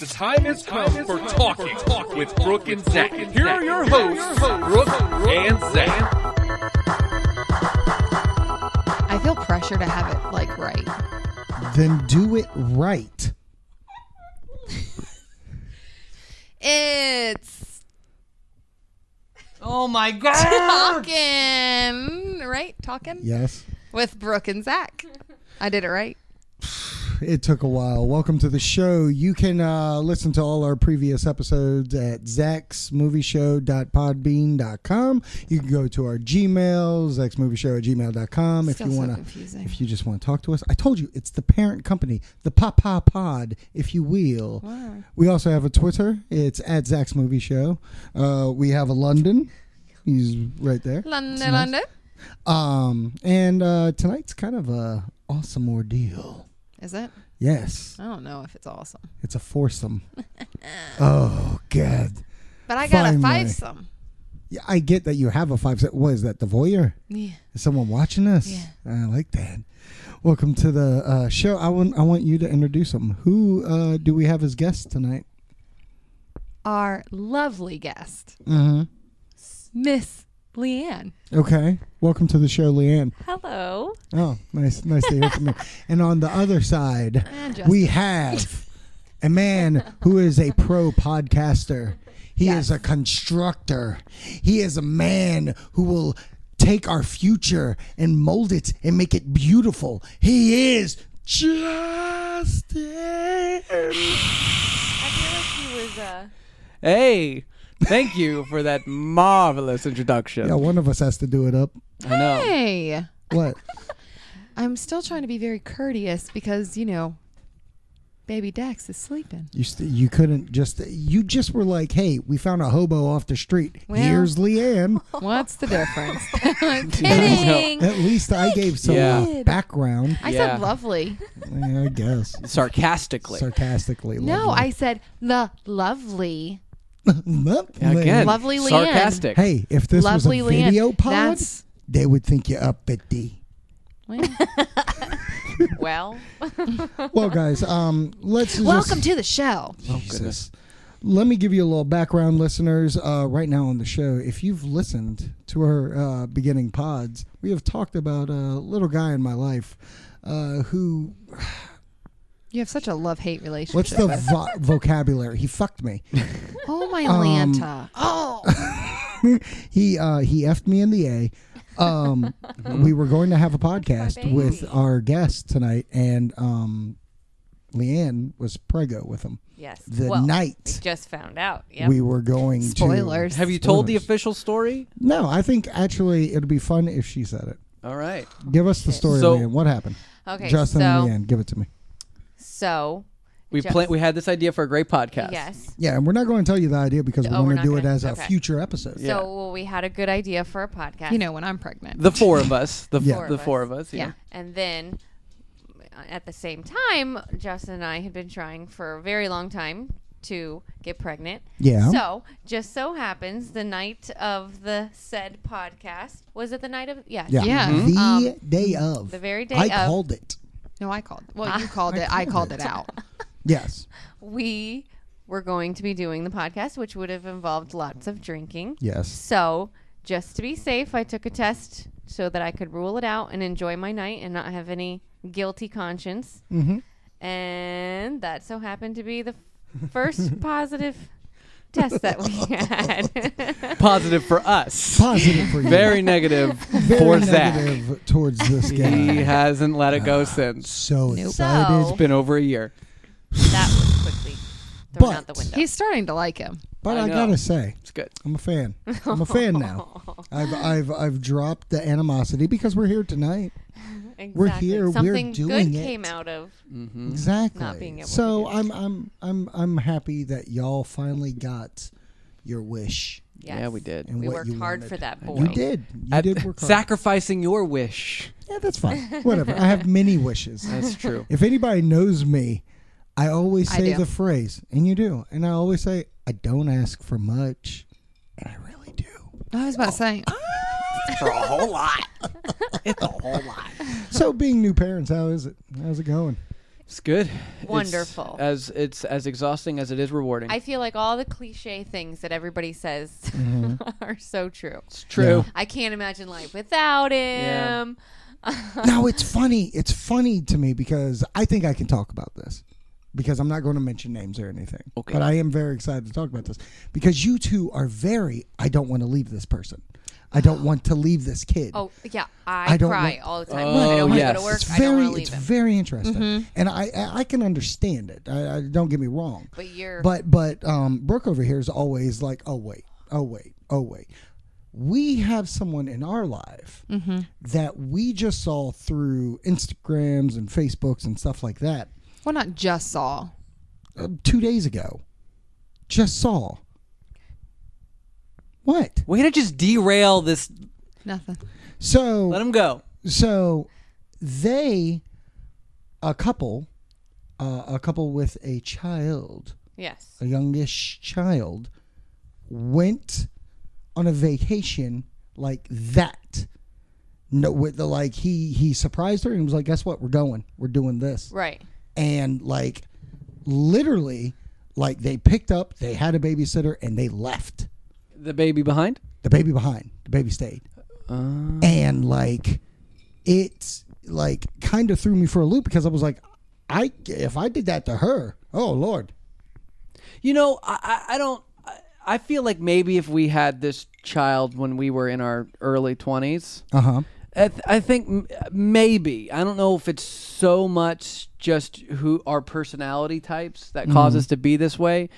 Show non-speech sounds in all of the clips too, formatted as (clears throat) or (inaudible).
The time has come for talking talk with Brooke and Zach. Here are your hosts, Brooke and Zach. I feel pressure to have it like right. Then do it right. It's (laughs) Oh my god! talking, right? Talking Yes. with Brooke and Zach. I did it right. It took a while. Welcome to the show. You can uh, listen to all our previous episodes at zaxmovieshow.podbean.com. You can go to our Gmail, zaxmovieshow at gmail.com if Still you so want to. confusing. If you just want to talk to us. I told you, it's the parent company, the Papa Pod, if you will. We also have a Twitter. It's at Zach's Movie Show. Uh, we have a London. He's right there. London, It's nice. London. Um, and uh, tonight's kind of a awesome ordeal. Is it? Yes, I don't know if it's awesome, it's a foursome. oh God! but I got a Finally. five some. Yeah, I get that you have a five. What is that? The voyeur? Yeah. Is someone watching us? Yeah. I like that. Welcome to the uh, show. I want I want you to introduce them. Who uh, do we have as guests tonight? Our lovely guest, Mm-hmm. Miss Leanne. Okay. Welcome to the show, Leanne. Hello. Oh, nice, nice to hear from you. And on the other side, (laughs) And we have a man who is a pro podcaster. He is a constructor. He is a man who will take our future and mold it and make it beautiful. He is Justin. I feel like he was uh Hey, thank you for that marvelous introduction. Yeah, one of us has to do it up. I know. Hey, What? I'm still trying to be very courteous because you know, baby Dax is sleeping. You st- you couldn't just you just were like, "Hey, we found a hobo off the street. Well. Here's Leanne." What's the difference? (laughs) (laughs) kidding. At least I gave some Yeah. background. I Yeah. said lovely. Yeah, (laughs) I guess. Sarcastically. Sarcastically. No, lovely. I said the lovely, (laughs) Lovely. Again, Lovely Leanne. sarcastic. Hey, if this lovely was a video Leanne. pod, That's they would think you're up at D. well. (laughs) Well, guys, um, let's welcome just, to the show. Jesus. Let me give you a little background, listeners. Uh, right now on the show, if you've listened to our uh, beginning pods, we have talked about a little guy in my life uh, who You have such a love hate relationship. What's the vo- vocabulary? He fucked me. (laughs) (laughs) (laughs) oh my um, Atlanta? oh, He uh, he effed me in the a. Um, we were going to have a podcast Mm-hmm. baby. with our guest tonight, and um, Leanne was prego with him Yes. the well, we night just found out. Yeah. we were going. to- spoilers. Have you told the Spoilers. official story? no, I think actually it'd be fun if she said it. All right. Give us the story, So- Leanne. What happened? okay. Justin so and Leanne, give it to me. so We Just- plan- we had this idea for a great podcast. yes. Yeah, and we're not going to tell you the idea because we Oh, we're want to not do it gonna- as a okay. future episode. Yeah. So well, we had a good idea for a podcast. you know when I'm pregnant? The four of us. The Yeah. four the four of us. Yeah. yeah. And then uh, at the same time, Justin and I had been trying for a very long time to get pregnant. Yeah. So, just so happens the night of the said podcast was it the night of yes. Yeah. Yeah. The day of. Um, the very day I of- called it. No, I called. Ah. Well, you called it. I called it (laughs) out. Yes. we were going to be doing the podcast, which would have involved lots of drinking. Yes. So, just to be safe, I took a test so that I could rule it out and enjoy my night and not have any guilty conscience. Mm-hmm. And that so happened to be the (laughs) first positive test that we had. (laughs) Positive for us. Positive for you. Very negative (laughs) for Very Zach. negative Ah. towards this He guy. hasn't let it go since. so Nope. excited. So- It's been over a year. that was quickly thrown out the But- window. He's starting to like him. but I I, know. gotta say, It's good. I'm a fan. I'm a fan (laughs) now. I've I've I've dropped the animosity because we're here tonight. exactly. we're here, we're Something doing good it. came out of Hmm. Exactly. Not being able so to do I'm I'm I'm I'm happy that y'all finally got your wish. yes. Yeah, we did. And We what worked you hard wanted. for that boy. You did. You At- did work hard. sacrificing your wish. yeah, that's fine. Whatever. I have many (laughs) wishes. That's true. If anybody knows me, I always I say do. the phrase, and you do, and I always say, I don't ask for much, and I really do. I was about to say. for a whole lot. It's a whole lot. So, being new parents, how is it? How's it going? It's good. It's Wonderful. as it's as exhausting as it is rewarding. I feel like all the cliche things that everybody says (laughs) Mm-hmm. are so true. it's true. I can't imagine life without Yeah. him. now it's funny. It's funny to me because I think I can talk about this because I'm not going to mention names or anything. Okay. But I am very excited to talk about this because you two are very. I don't want to leave this person. I (gasps) don't want to leave this kid. Oh yeah, I, I don't cry want- uh, all the time. Oh, I don't want to go yes. to work. It's I don't very, want to leave it's him. Mm-hmm. very interesting, and I, I I can understand it. I, I don't get me wrong. But you're- but but um, Brooke over here is always like, oh wait, oh wait, oh wait. We have someone in our life Mm-hmm. that we just saw through Instagrams and Facebooks and stuff like that Well, not just Saul. uh, two days ago. Just saw. What? Way to just derail this. Nothing. So Let him go. so they a couple uh, a couple with a child yes. a youngish child went on a vacation like that no with the like he he surprised her and was like guess what we're going we're doing this Right. and like literally like they picked up they had a babysitter and they left The baby behind. the baby behind the baby stayed and like it like kind of threw me for a loop because i was like i if i did that to her oh lord You know, I, I I don't. I- I feel like maybe if we had this child when we were in our early twenties, uh-huh I, th- I think m- maybe I don't know if it's so much just who our personality types that cause us to be this way,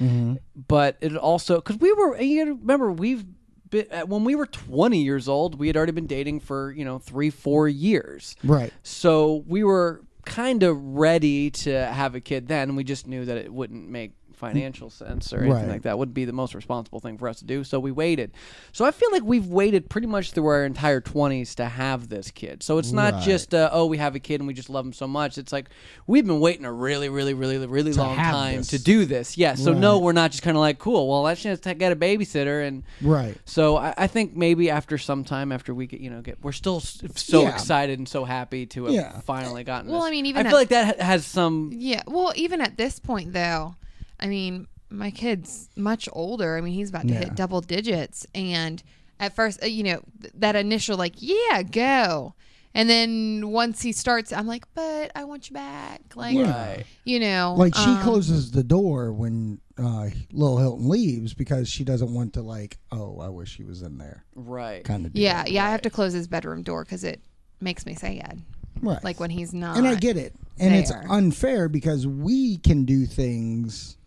but it also because we were you gotta remember we've been uh, when we were twenty years old we had already been dating for you know three four years right so we were kind of ready to have a kid then. We just knew that it wouldn't make financial sense or anything Right. like that. Would be the most responsible thing for us to do. So we waited. So I feel like we've waited pretty much through our entire 20s to have this kid. So it's not just, uh, oh, we have a kid and we just love him so much. It's like we've been waiting a really, really, really, really long have time this. to do this. Yeah. So no, we're not just kind of like, cool, well, let's just get a babysitter and. right So I, I think maybe after some time, after we get, you know, get, we're still s- so Yeah. excited and so happy to have Yeah. finally gotten. Well, this. I mean, even I at- feel like that ha- has some. Yeah. Well, even at this point, though, I mean, my kid's much older. I mean, he's about to Yeah. hit double digits. And at first, uh, you know, th- that initial, like, yeah, go. And then once he starts, I'm like, but I want you back. Like, Yeah. you know, like she um, closes the door when uh lil hilton leaves because she doesn't want to like oh i wish she was in there Right. kind of Yeah. Yeah. I have to close his bedroom door because it makes me sad. right Like when he's not. and I get it, and it's there. unfair because we can do things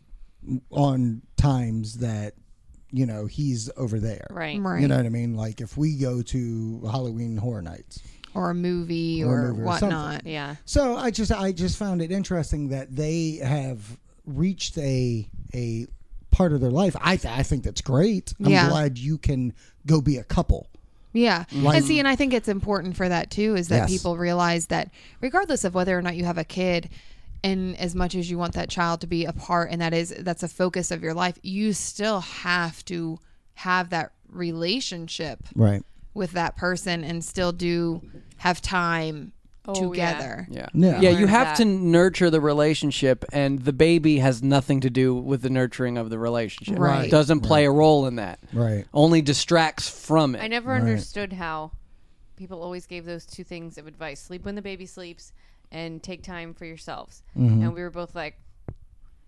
on times that you know he's over there, Right. Right. You know what I mean? Like if we go to Halloween Horror Nights, or a movie Or a or, movie or whatnot. Yeah. so I just I just found it interesting that they have reached a a part of their life. I th- I think that's great. I'm Yeah. glad you can go be a couple. Yeah. Like- and see, and I think it's important for that too is that Yes. people realize that regardless of whether or not you have a kid, and as much as you want that child to be a part and that is that's a focus of your life, you still have to have that relationship Right. with that person and still do have time together. Yeah. Yeah. you Learned have that. to nurture the relationship, and the baby has nothing to do with the nurturing of the relationship. Right. It doesn't play a role in that. Right. Only distracts from it. I never understood how people always gave those two things of advice: sleep when the baby sleeps, and take time for yourselves. Mm-hmm. And we were both like,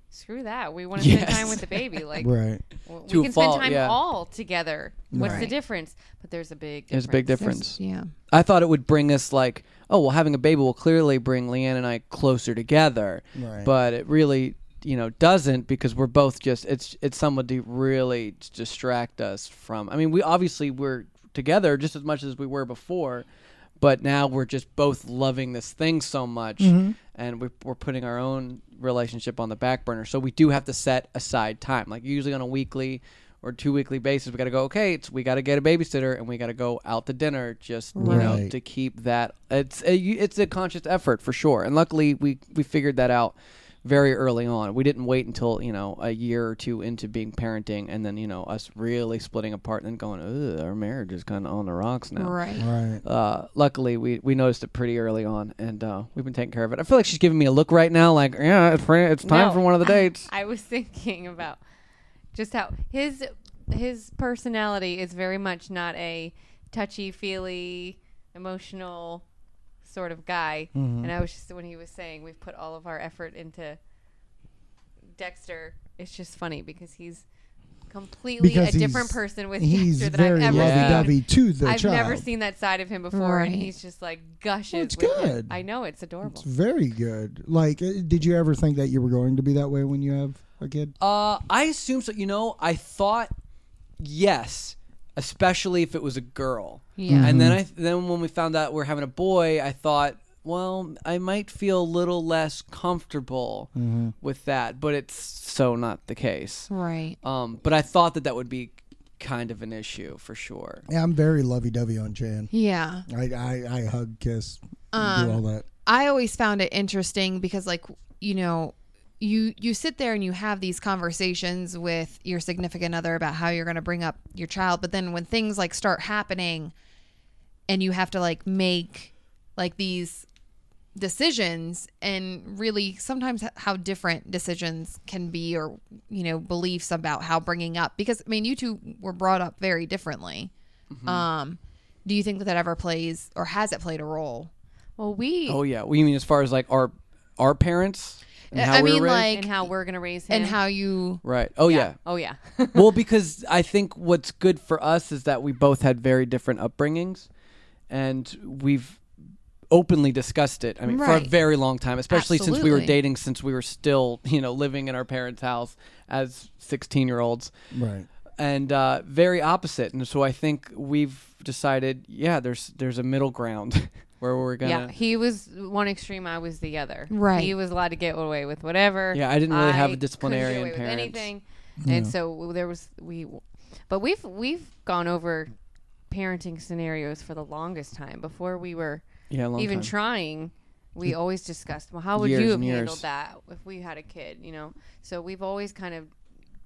"Screw that! We want to spend Yes. time with the baby. Like, Right. w- To we a can fault, spend time yeah. all together. What's the Right. difference? But there's a big. There's Difference. a big difference. Yeah. I thought it would bring us like, oh well, having a baby will clearly bring Leanne and I closer together. Right. But it really, you know, doesn't because we're both just it's it's someone to really distract us from. I mean, we obviously we're together just as much as we were before, but now we're just both loving this thing so much, Mm-hmm. and we're, we're putting our own relationship on the back burner. So we do have to set aside time, like usually on a weekly. Or two weekly basis, we got to go. Okay, it's, we got to get a babysitter, and we got to go out to dinner. Just you know, Right. to keep that it's a, you- it's a conscious effort for sure and luckily we we figured that out very early on. We didn't wait until you know a year or two into being parenting, and then you know us really splitting apart and then going, Ugh, our marriage is kind of on the rocks now. Right. Right. Uh, luckily, we, we noticed it pretty early on, and uh, we've been taking care of it. I feel like she's giving me a look right now, like yeah, it's fr- it's time No. for one of the dates. I was (laughs) thinking about just how his his personality is very much not a touchy feely, emotional sort of guy. Mm-hmm. And I was just when he was saying we've put all of our effort into Dexter. It's just funny because he's completely Because a different he's- person with He's Dexter than I've very ever seen. lovey-dovey to the I've child. never seen that side of him before, and Right. he's just like gushes. Well, it's with him. good. I know it's adorable. It's very good. Like, uh, did you ever think that you were going to be that way when you have a kid? Uh, I assume so. You know, I thought yes, especially if it was a girl. Yeah. And then I then when we found out we're having a boy, I thought, well, I might feel a little less comfortable with that, but it's so not the case. Right. Um, but I thought that that would be kind of an issue for sure. Yeah, I'm very lovey-dovey on Chan. Yeah. I I, I hug, kiss, Um, do all that. I always found it interesting because like, you know, you you sit there and you have these conversations with your significant other about how you're going to bring up your child, but then when things like start happening and you have to like make like these decisions and really sometimes h- how different decisions can be or you know beliefs about how bringing up because i mean you two were brought up very differently um do you think that that ever plays or has it played a role Well, we Oh yeah, well, you mean as far as like our our parents? And Uh, how I we were mean, raised? like- and how we're gonna raise him and how you right? Oh yeah. Oh (laughs) yeah. well, because I think what's good for us is that we both had very different upbringings, and we've openly discussed it. I mean, for a Right. very long time, especially since we were Absolutely. dating, since we were still, you know, living in our parents' house as sixteen-year-olds, Right. and uh, very opposite. And so I think we've decided, yeah, there's there's a middle ground (laughs) where we're yeah, gonna. he was one extreme. I was the other. Right. He was allowed to get away with whatever. Yeah, I didn't really have a couldn't get disciplinarian away with parents. Anything. And so there was we, but we've we've gone over parenting scenarios for the longest time before we were Yeah, a long even time. trying. We always discussed, well, how would Years you have and handled years. that if we had a kid? You know. So we've always kind of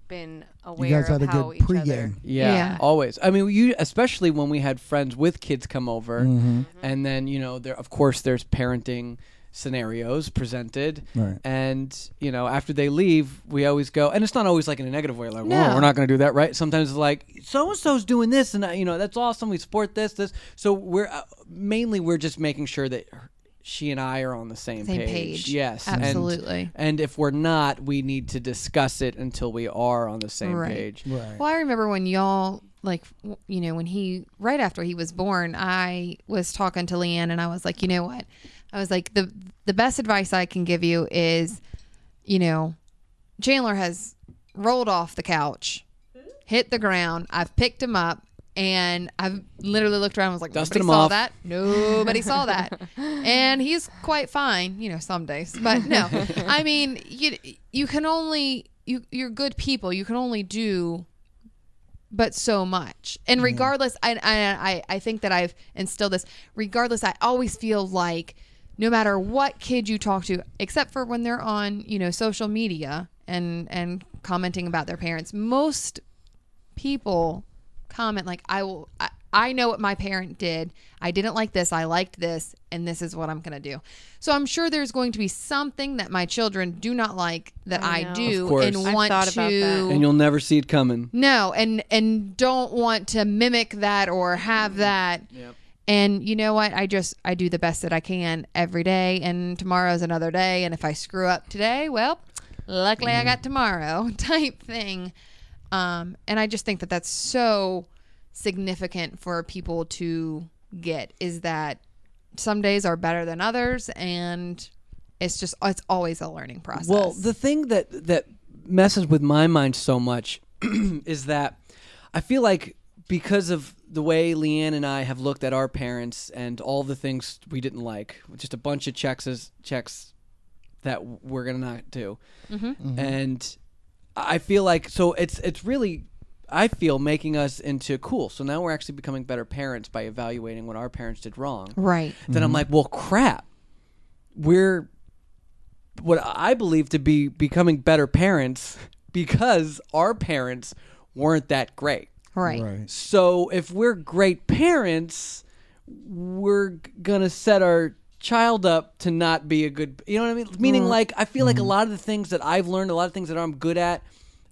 been aware You guys of had a how good each other. pregame. Yeah, Yeah. always. I mean, you especially when we had friends with kids come over, Mm-hmm. and then you know, there of course there's parenting scenarios presented, Right. and you know, after they leave, we always go, and it's not always like in a negative way, like, No. "Whoa, we're not going to do that, right?" Sometimes it's like, "So and so's doing this," and uh, you know, that's awesome. We support this, this. So we're uh, mainly we're just making sure that her- she and I are on the same, Same page. Yes, and- Absolutely. And, if we're not, we need to discuss it until we are on the same Right. page. Right. Well, I remember when y'all like w- you know when he right after he was born, I was talking to Leanne and I was like, you know what? I was like the the best advice I can give you is, you know, Chandler has rolled off the couch, hit the ground. I've picked him up. And I've literally looked around and was like, Dusted nobody him saw off. that. Nobody (laughs) saw that. And he's quite fine, you know, some days. But (laughs) no, I mean, you, you can only, you, you're good people. You can only do but so much. And regardless, I, I I I think that I've instilled this. Regardless, I always feel like no matter what kid you talk to, except for when they're on you know social media and and commenting about their parents, most people comment like I will. I, I know what my parent did. I didn't like this. I liked this, and this is what I'm going to do. So I'm sure there's going to be something that my children do not like that I I, know. Of do course. and I've want thought to about that. and you'll never see it coming. no, and and don't want to mimic that or have that. And you know what? I just I do the best that I can every day, and tomorrow's another day. And if I screw up today, well, luckily I got tomorrow (laughs) type thing. Um, and I just think that that's so significant for people to get is that some days are better than others, and it's just it's always a learning process. Well, the thing that that messes with my mind so much (clears throat) is that I feel like because of the way Leanne and I have looked at our parents and all the things we didn't like, just a bunch of checks as checks that we're gonna not do, and I feel like so it's it's really I feel making us into cool. So now we're actually becoming better parents by evaluating what our parents did wrong. right? Then I'm like, well, crap. We're what I believe to be becoming better parents (laughs) because our parents weren't that great. Right. Right. So if we're great parents, we're g- gonna set our child up to not be a good. You know what I mean? Meaning, like, I feel like a lot of the things that I've learned, a lot of things that I'm good at,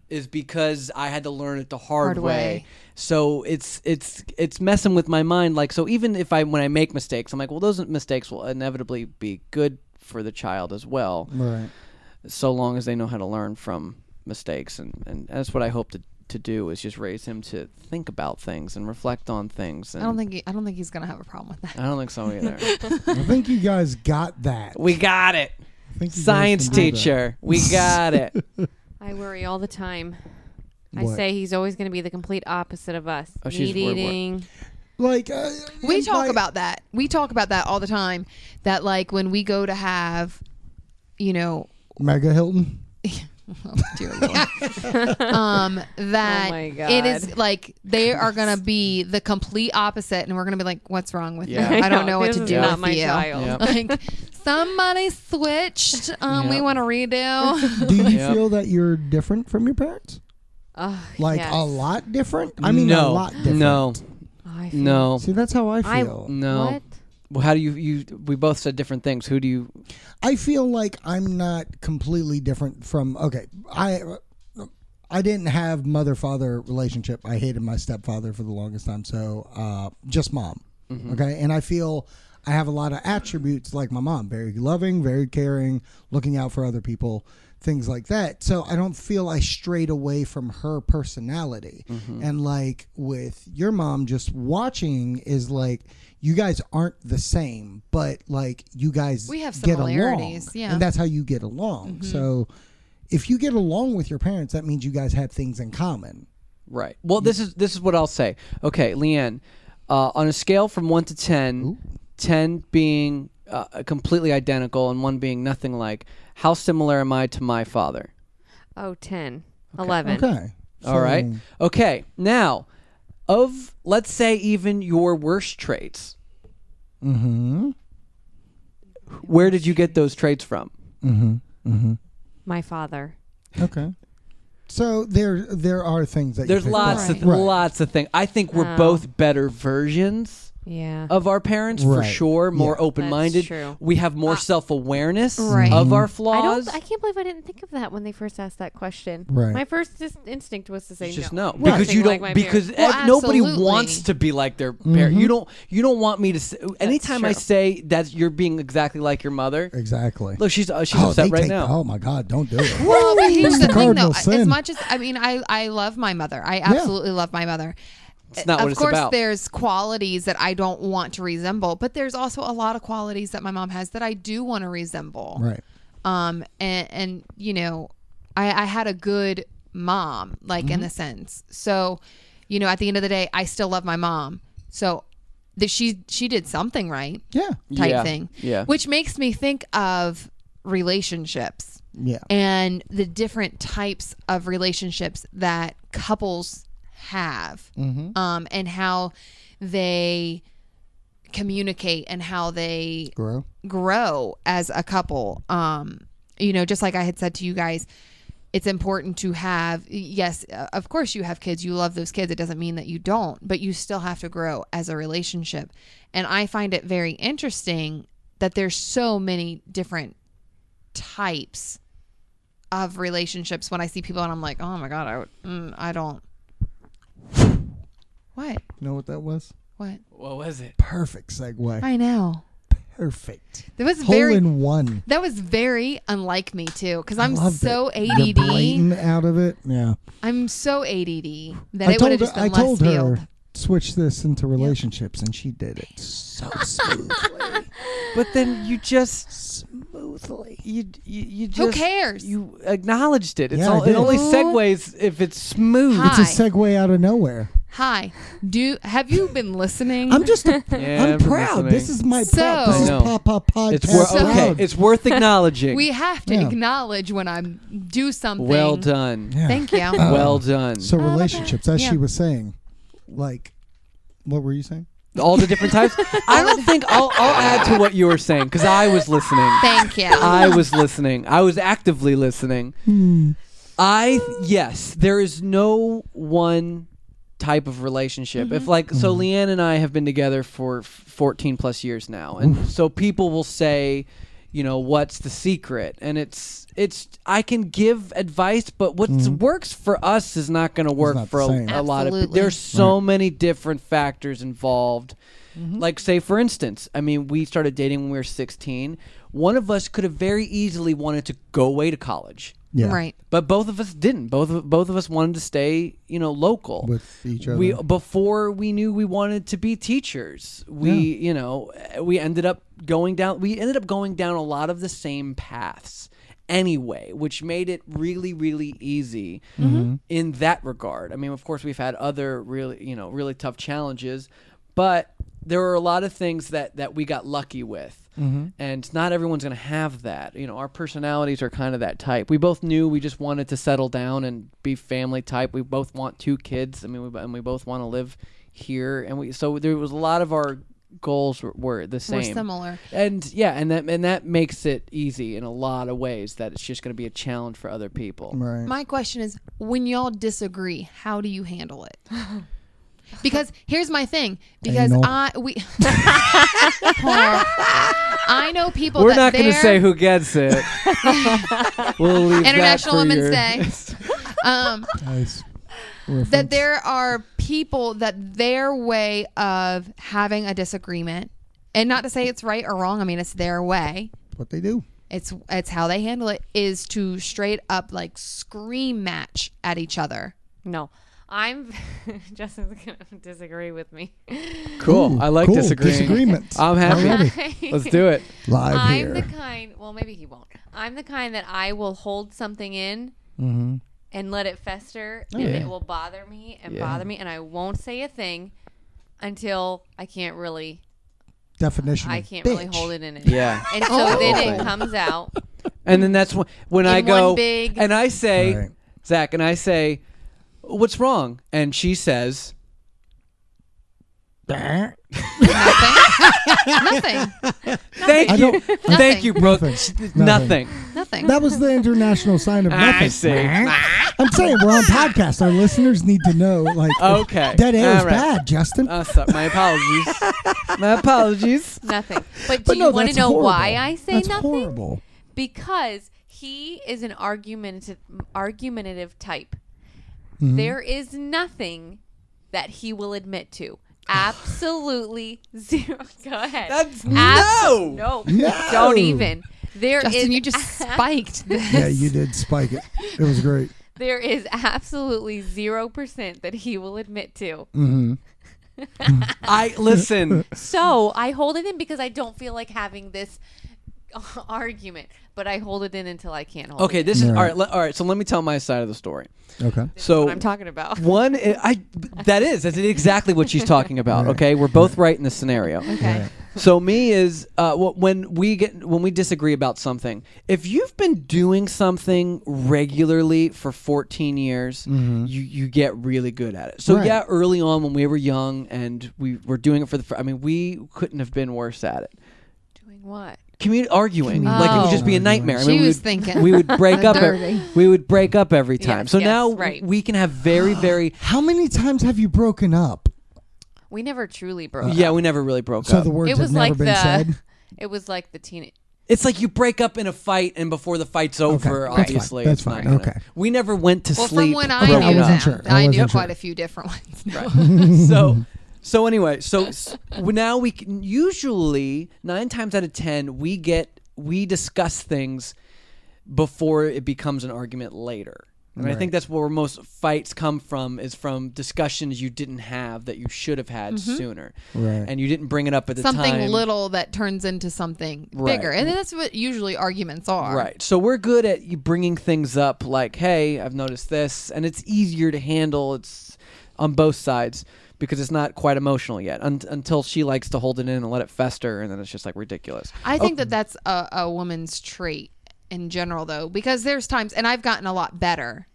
is because I had to learn it the hard, Hard way. way. So it's it's it's messing with my mind. Like, so even if I when I make mistakes, I'm like, well, those mistakes will inevitably be good for the child as well Right. so long as they know how to learn from mistakes and, and that's what I hope to to do is just raise him to think about things and reflect on things and I don't think he, I don't think he's gonna have a problem with that. I don't (laughs) think so either. I think you guys got that. we got it. I think you guys Science can do that. teacher. We got it. I worry all the time. I What? say he's always going to be the complete opposite of us. Oh, she's Meat wor- wor- eating. Like uh, we and talk like- about that. We talk about that all the time. That like when we go to have, you know, (laughs) Mega Hilton. oh, dear Lord, (laughs) um, that Oh my it is God. like they are gonna be the complete opposite, and we're gonna be like, "What's wrong with Yeah. you? I (laughs) don't know what this to is do Not with my you." child. Yeah. (laughs) Like somebody switched. Um, We Yeah. want to (laughs) redo. Do you (laughs) Yep. feel that you're different from your parents? Ugh, Like yes. Oh, a lot different? (laughs) I mean, no. a lot different. No. I feel- No. See, that's how I I- feel. No. What? Well, how do you you we both said different things. Who do you I feel like I'm not completely different from okay. I I didn't have mother father relationship. I hated my stepfather for the longest time, so uh, just mom. Okay, and I feel I have a lot of attributes like my mom, very loving, very caring, looking out for other people, things like that. So I don't feel I strayed away from her personality. And like with your mom, just watching is like you guys aren't the same, but like you guys We have get similarities, along, yeah. and that's how you get along. Mm-hmm. So, if you get along with your parents, that means you guys have things in common. Right. Well, this is this is what I'll say. Okay, Leanne, uh, on a scale from one to ten, ten being uh, completely identical and one being nothing like, how similar am I to my father? Oh, 10. 11. Okay. All right. So, Okay. Now, of let's say even your worst traits. Mm-hmm. Where did you get those traits from? My father. Okay. So there, there are things that There's you picked lots up. of Right. lots of things. I think we're Oh. both better versions. Yeah. of our parents for Right. sure more open-minded That's true. we have more self-awareness Uh, Right. of our I flaws don't. I can't believe I didn't think of that when they first asked that question. Right. My first dis- instinct was to say It's just no. no, I'm because nothing you like don't my because parents. Well, ev- nobody absolutely. wants to be like their parent you don't you don't want me to say, anytime i true. say that you're being exactly like your mother Exactly. look she's uh, she's oh, upset they right take, now Oh my God! Don't do (laughs) it. Well, but here's the thing, Cardinal though. As sin. much as I mean, I I love my mother. I absolutely love my mother. It's not of what it's course, about. there's qualities that I don't want to resemble, but there's also a lot of qualities that my mom has that I do want to resemble. right. Um, and and you know, I I had a good mom, like Mm-hmm. in the sense. So, you know, at the end of the day, I still love my mom. So, that she she did something right Yeah. type Yeah. thing. Yeah. Which makes me think of relationships Yeah. and the different types of relationships that couples have um, and how they communicate and how they Grow. grow as a couple. Um, you know, just like I had said to you guys, it's important to have, yes, uh, of course you have kids, you love those kids. It doesn't mean that you don't, but you still have to grow as a relationship. And I find it very interesting that there's so many different types of relationships when I see people and I'm like, oh my God, I, would, mm, I don't. What? You know what that was? What? what was it Perfect segue. I know. Perfect. There was Hole very in one. That was very unlike me too, because I'm Loved so it. The ADD. blatant out of it. Yeah. I'm so ADD that I it would have told her. just been I left told field. her switch this into relationships, and she did it (laughs) so smoothly. but then you (laughs) just smoothly. you you, you just Who cares? you acknowledged it it's Yeah, I all it did. only Who- segues if it's smooth Hi. It's a segue out of nowhere. Hi, do have you been listening? I'm just. A, Yeah, I'm I'm proud. This listening. is my So- prop. This is I know. pop pop podcast. it's wor- So- okay proud. it's worth acknowledging we have to Yeah. acknowledge when I'm do something. well done Yeah. Uh, Thank you. (laughs) well done So relationships, as yeah. she was saying, like, what were you saying? all the different (laughs) types. I don't think I'll, I'll add to what you were saying because I was listening. Thank you. I was listening. I was actively listening. Hmm. I yes, there is no one type of relationship. Mm-hmm. If like so Leanne and I have been together for f- 14 plus years now. And so people will say, you know, what's the secret? And it's it's I can give advice, but what works for us is not going to work Mm-hmm. not for the same. a, a lot of people. Absolutely. There's so many different factors involved. Like, say, for instance, I mean, we started dating when we were 16. One of us could have very easily wanted to go away to college, Yeah. Right. but both of us didn't. Both of, both of us wanted to stay, you know, local With each other. We before we knew we wanted to be teachers. We, you know, we ended up going down. We ended up going down a lot of the same paths anyway, which made it really, really easy Mm-hmm. in that regard. I mean, of course, we've had other really, you know, really tough challenges, but there were a lot of things that that we got lucky with. And not everyone's going to have that. You know, our personalities are kind of that type. We both knew we just wanted to settle down and be family type. We both want two kids. I mean, we, and we both want to live here. And we so there was a lot of our goals were, were the same. We're similar. And yeah, and that and that makes it easy in a lot of ways. That it's just going to be a challenge for other people. Right. My question is when y'all disagree, how do you handle (laughs) it? Because here's my thing. Because Anal. I we (laughs) I know people that We're not going to they're- say who (laughs) gets it. we'll leave that International for Women's (laughs) your- Day. Um, Nice. Reference. that there are people that their way of having a disagreement, and not to say it's right or wrong. I mean, it's their way. what they do. It's it's how they handle it is to straight up like scream match at each other. No. I'm (laughs) Justin's gonna disagree with me. (laughs) Cool. I like cool. disagreeing. Disagreements. (laughs) I'm happy. Already. Let's do it. Live I'm here. the kind. Well, maybe he won't. I'm the kind that I will hold something in Mm-hmm. and let it fester, Oh, and yeah. it will bother me and bother me, and I won't say a thing until I can't really. Definition. I of can't bitch. Oh, really hold it in. It. Yeah. And so then it comes out. And then that's when, when I In go one big- and I say, Right. Zach, and I say, what's wrong? And she says, Nothing. thank I you. don't- (laughs) Thank you, Brooke. Nothing. Nothing. Nothing. That was the international sign of nothing. I see. I'm saying we're on podcast. Our listeners need to know. Like, if Okay. dead air is All right. bad, Justin. Oh, sorry. My apologies. (laughs) My apologies. Nothing. But do but no, you want to that's know horrible. why I say that's nothing? horrible. because he is an argumentative argumentative type. Mm-hmm. There is nothing that he will admit to. Absolutely (laughs) zero. Go ahead. That's no. Abso- no. No. Don't even. There (laughs) is Justin, you just (laughs) spiked. (laughs) Yeah, you did spike it. It was great. (laughs) there is absolutely zero percent that he will admit to. Mm. I (laughs) listen. So I hold it in because I don't feel like having this (laughs) argument, but I hold it in until I can't hold Okay, it. this is all Right. right. le- all right, so let me tell my side of the story. Okay. So What I'm talking about. One, eh, I I- that is that's exactly what she's talking about. Okay, we're both right in this scenario. Okay. So me is uh, wh- when we get when we disagree about something. If you've been doing something regularly for 14 years, you you get really good at it. So Right. yeah, early on when we were young and we were doing it for the. fir- I mean, we couldn't have been worse at it. Doing what? Community arguing, like it would just be a Community. nightmare. I She mean, we was would- thinking. we would break The up. e- dirty. we would break up every time. Yes, so yes, now right. we can have very very (sighs) How many times have you broken up? We never truly broke. Yeah, we never really broke So up. the words it was have never like been the said. (laughs) it was like the teen (laughs) it's like you break up in a fight, and before the fight's over, that's fine. obviously That's it's not fine. gonna- Okay. We never went to well, sleep. from when I Okay, I knew wasn't them, sure. I I, knew wasn't sure. quite a few different ones. No. (laughs) so, so anyway, so s- now we can usually nine times out of ten we get we discuss things before it becomes an argument later. And I think that's where most fights come from is from discussions you didn't have that you should have had sooner, Right. and you didn't bring it up at the Mm-hmm. something time. little that turns into something Right. bigger, and that's what usually arguments are. Right. So we're good at you bringing things up like, hey, I've noticed this, and it's easier to handle. It's on both sides because it's not quite emotional yet un- until she likes to hold it in and let it fester, and then it's just like ridiculous. I think that that's a, a woman's trait in general, though, because there's times, and I've gotten a lot better,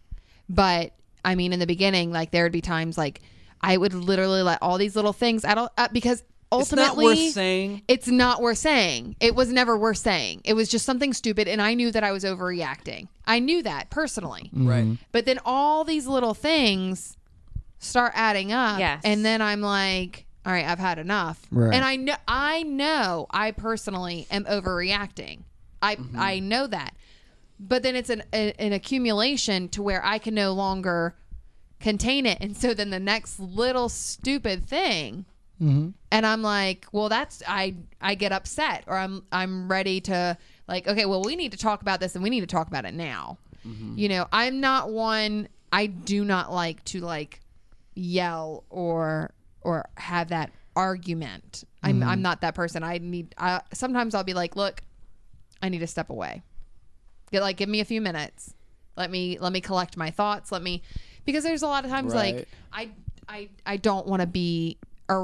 but I mean, in the beginning, like there would be times like I would literally let all these little things. I don't uh, because It's not worth ultimately saying. it's not worth saying. It was never worth saying. It was just something stupid, and I knew that I was overreacting. I knew that personally. Right. But then all these little things start adding up, Yes. and then I'm like, all right, I've had enough. Right. And I know, I know, I personally am overreacting. I I know that, but then it's an a, an accumulation to where I can no longer contain it, and so then the next little stupid thing and I'm like, well, that's I I get upset or I'm I'm ready to like, okay, well, we need to talk about this and we need to talk about it now. You know, I'm not one. I do not like to like yell or or have that argument. I'm Mm-hmm. I'm not that person. I need. I, sometimes I'll be like, look, I need to step away. Get like, give me a few minutes. Let me let me collect my thoughts. Let me because there's a lot of times Right. like I I I don't want to be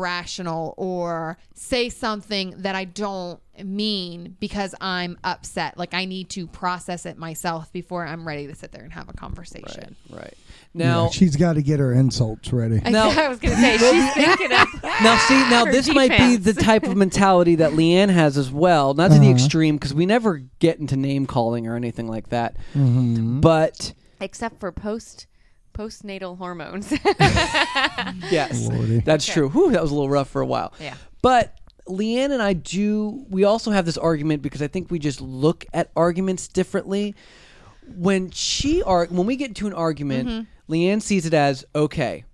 irrational or say something that I don't mean because I'm upset. Like I need to process it myself before I'm ready to sit there and have a conversation. Right. Now, She's got to get her insults ready. Now- I was gonna say she's thinking of. now see, now this might be the type of mentality that Leanne has as well. Not to the extreme, because we never get into name calling or anything like that. But except for post postnatal hormones. (laughs) yes, (laughs) Lordy. that's true. Whew, that was a little rough for a while. Yeah. But Leanne and I do. We also have this argument because I think we just look at arguments differently. When she are when we get into an argument, Mm-hmm. Leanne sees it as okay,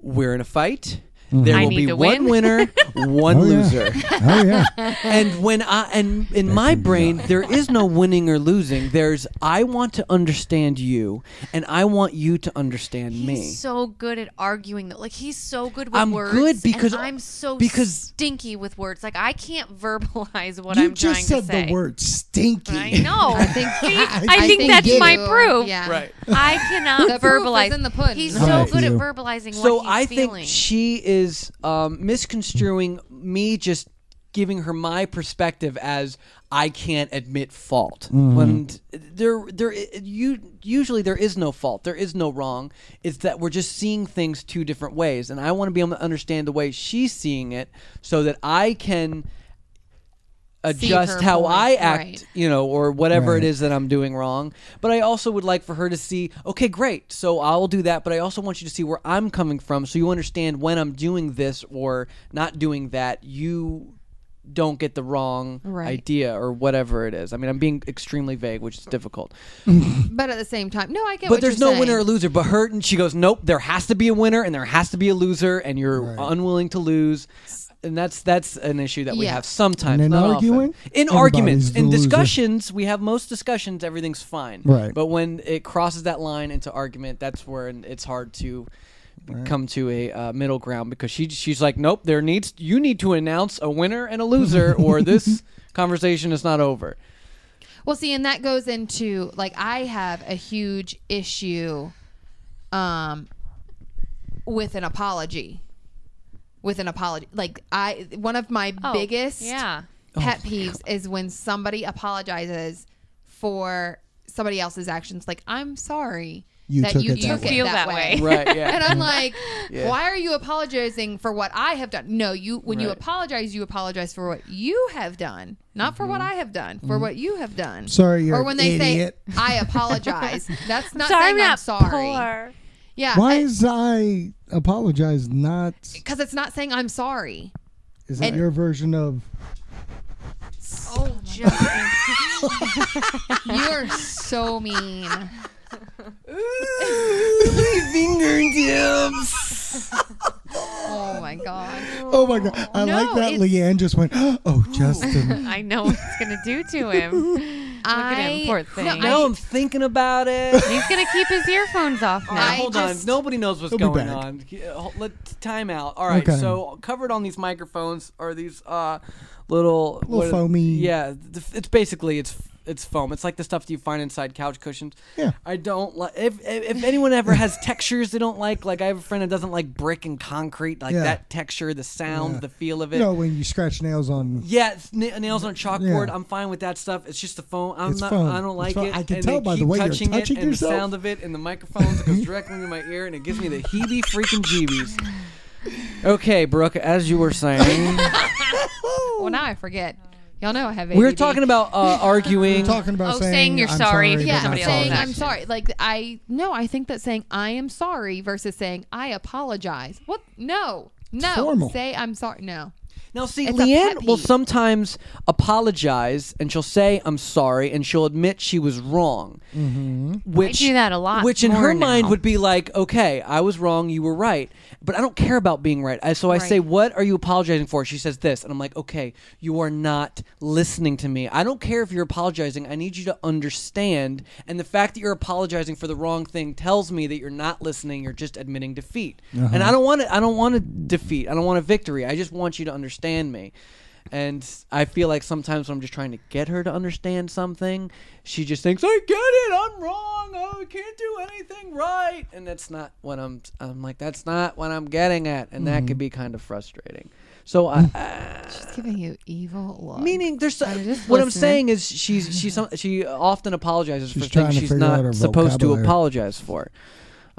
we're in a fight. There I will need be to one win." (laughs) winner, one Oh, yeah. loser. (laughs) Oh yeah. and when I and in my brain there is no winning or losing. There's I want to understand you, and I want you to understand me. He's so good at arguing though. Like he's so good with I'm words. good and because- I'm so because- stinky with words. Like I can't (laughs) verbalize (laughs) what you I'm just trying said to say. the word stinky. I know. I think I, think, think that's you- my proof. Yeah. I cannot The proof is verbalize. in the pudding. He's so Right. good at You. verbalizing So what he's I think feeling. she is um, misconstruing me just giving her my perspective as I can't admit fault. When there there you usually there is no fault, there is no wrong. It's that we're just seeing things two different ways and I want to be able to understand the way she's seeing it so that I can adjust her how point, I act, right. you know, or whatever Right. it is that I'm doing wrong. But I also would like for her to see, okay, great, so I'll do that, but I also want you to see where I'm coming from so you understand when I'm doing this or not doing that, you don't get the wrong Right. idea or whatever it is. I mean, I'm being extremely vague, which is difficult. But at the same time, no, I get. But what there's you're no saying. winner or loser. But her and she goes, nope. There has to be a winner and there has to be a loser, and you're unwilling to lose. And that's that's an issue that we Yeah. have sometimes. And in not often. arguing, in everybody's arguments, the in loser. discussions, we have most discussions. Everything's fine. Right. But when it crosses that line into argument, that's where it's hard to. Come to a uh, middle ground because she she's like, nope. There needs you need to announce a winner and a loser, (laughs) or this conversation is not over. Well, see, and that goes into like I have a huge issue um with an apology. With an apology. Like I one of my Oh, biggest Yeah. pet peeves is when somebody apologizes for somebody else's actions like I'm sorry You that took you, it you that way. feel that way. (laughs) Right? Yeah. And (laughs) I'm like, why are you apologizing for what I have done? No, you when you Right. apologize, you apologize for what you have done, not for Mm-hmm. what I have done, for what you have done. Sorry, you're or when they an idiot. say, I apologize. That's not sorry, saying I'm I'm, not sorry. poor. Yeah. (laughs) Why is I apologize not? Because it's not saying I'm sorry. Is that And- your version of? Oh, Joey. You're so mean. My fingertips. Oh my god. Oh my god! I No, like that. it's- Leanne just went. (gasps) (gasps) Oh, Justin. I know what it's gonna do (laughs) to him. Look at I- him, poor no, thing. Now I'm thinking about it. (laughs) He's gonna keep his earphones off now. I Hold just- on. Nobody knows what's He'll be going back. on. Uh, Let's time out. All right. Okay. So covered on these microphones are these uh, little Little foamy. Yeah. th- It's basically it's it's foam. It's like the stuff that you find inside couch cushions. Yeah. I don't like if, if if anyone ever has (laughs) textures they don't like. Like I have a friend that doesn't like brick and concrete. Like Yeah. that texture, the sound, the feel of it. you know when you scratch nails on. Yeah, it's na- nails on a chalkboard. Yeah. I'm fine with that stuff. It's just the phone. I'm It's not. foam. I don't It's like foam. it. I can And tell they by the keep way you're touching touching it, and the yourself. (laughs) sound of it, and the microphones it goes directly into my ear, and it gives me the heebie freaking jeebies. Okay, Brooke, as you (laughs) were saying, Well, now I forget. Y'all know I have. we were ADD. talking about uh, arguing. talking about Oh, saying, saying you're "I'm sorry if but Yeah, not somebody else saying else's I'm sorry. Like I no, I think that saying I am sorry versus saying I apologize. What? No, no. formal. Say I'm sorry. No. Now, see, It's a Leanne pet will peeve. sometimes apologize and she'll say, I'm sorry, and she'll admit she was wrong. Mm-hmm. Which, I do that a lot Which in more her mind now. would be like, okay, I was wrong, you were right. But I don't care about being right. I- So I say, Right. what are you apologizing for? She says this. And I'm like, okay, you are not listening to me. I don't care if you're apologizing. I need you to understand. And the fact that you're apologizing for the wrong thing tells me that you're not listening. You're just admitting defeat. And I don't want to, I don't want to defeat. I don't want a victory. I just want you to understand me. And I feel like sometimes when I'm just trying to get her to understand something, she just thinks, "I get it. I'm wrong. Oh, I can't do anything right." And that's not what I'm. I'm like, that's not what I'm getting at, and that Mm-hmm. could be kind of frustrating. So I, I She's giving you evil look. meaning there's what I'm just I'm listening. saying is she's she's some- she often apologizes She's for trying things to she's figure out her not supposed to vocabulary. apologize for.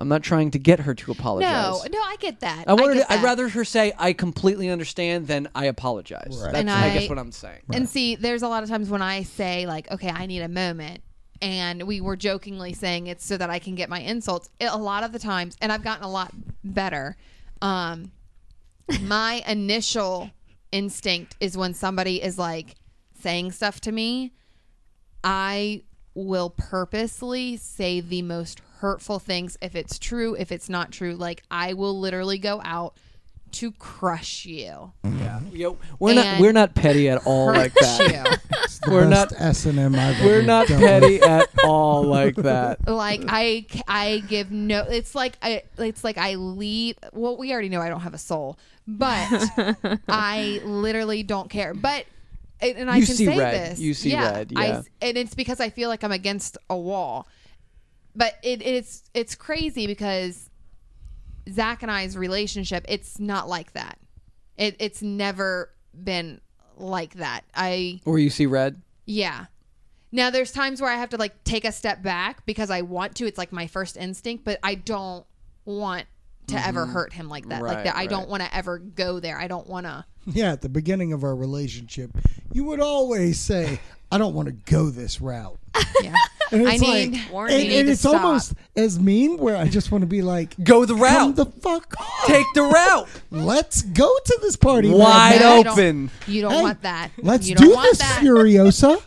I'm not trying to get her to apologize. no, no. I get that. I wanted. get to, I'd that. rather her say, "I completely understand," than "I apologize." Right. That's, And I, I- guess what I'm saying. And see, there's a lot of times when I say like, okay, I need a moment. And we were jokingly saying it's so that I can get my insults. It, a lot of the times, and I've gotten a lot better. Um, my initial instinct is when somebody is like saying stuff to me, I will purposely say the most hurtful things if it's true, if it's not true. Like, I will literally go out to crush you. Yo, we're not And- we're not petty at all like that. You. It's the We're best not- S and M I've (laughs) We're ever not dealt petty at all like that. like I c- I give no it's like I it's like I leave well we already know I don't have a soul but I literally don't care but and, and I You can see say red. this You see yeah, red, I yeah. s- and it's because I feel like I'm against a wall but it, it's it's crazy because Zach and I's relationship it's not like that it, it's never been like that I Or you see red. yeah. Now there's times where I have to like take a step back because I want to. It's like my first instinct, but I don't want to ever Mm-hmm. hurt him like that. Right, like that, I right. don't want to ever go there. I don't want (laughs) to. with. Yeah, at the beginning of our relationship, you would always say, "I don't want to go this route." (laughs) Yeah. And it's I need- like, Warren, and, you need and to it's stop. almost as mean where I just want to be like, Go the "Come route. the fuck on. Take the route. Let's go to this party. madman. Wide No, you open. don't- You don't Hey, want that. Let's you do don't want this, that. (laughs) Furiosa.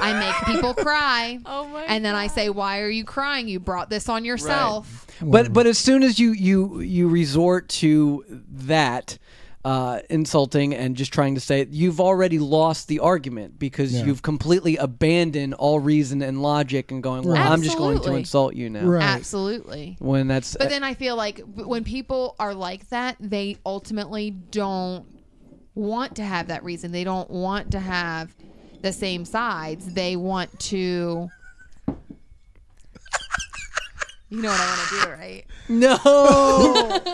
I make people cry. (laughs) Oh my And then I say, "Why are you crying? You brought this on yourself." But but as soon as you you you resort to that uh, insulting and just trying to say it, you've already lost the argument because you've completely abandoned all reason and logic and going well I'm just going to Absolutely. insult you now Right. Absolutely. when that's But then I feel like w- when people are like that, they ultimately don't want to have that reason. They don't want to have the same sides. They want to. (laughs) You know what I want to do, right? (laughs) (laughs) no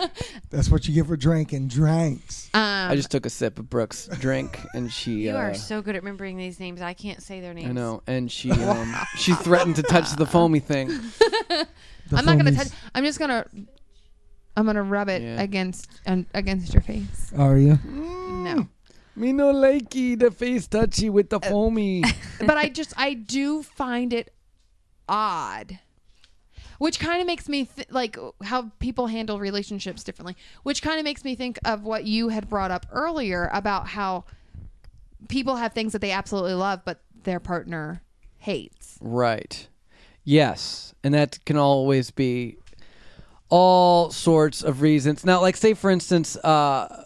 That's what you get for drinking drinks. I just took a sip of Brooke's drink, and she. You uh, are so good at remembering these names. I can't say their names. I know, and (laughs) she um, she threatened to touch the foamy thing. The I'm not gonna foamies. touch. I'm just gonna. I'm gonna rub it Yeah. against um, against your face. Are you? No, Me no likey the face touchy with the (laughs) foamy. but I just I do find it odd, which kind of makes me th- like how people handle relationships differently. Which kind of makes me think of what you had brought up earlier about how people have things that they absolutely love, but their partner hates. right. Yes, and that can always be all sorts of reasons. Now, like say for instance, uh,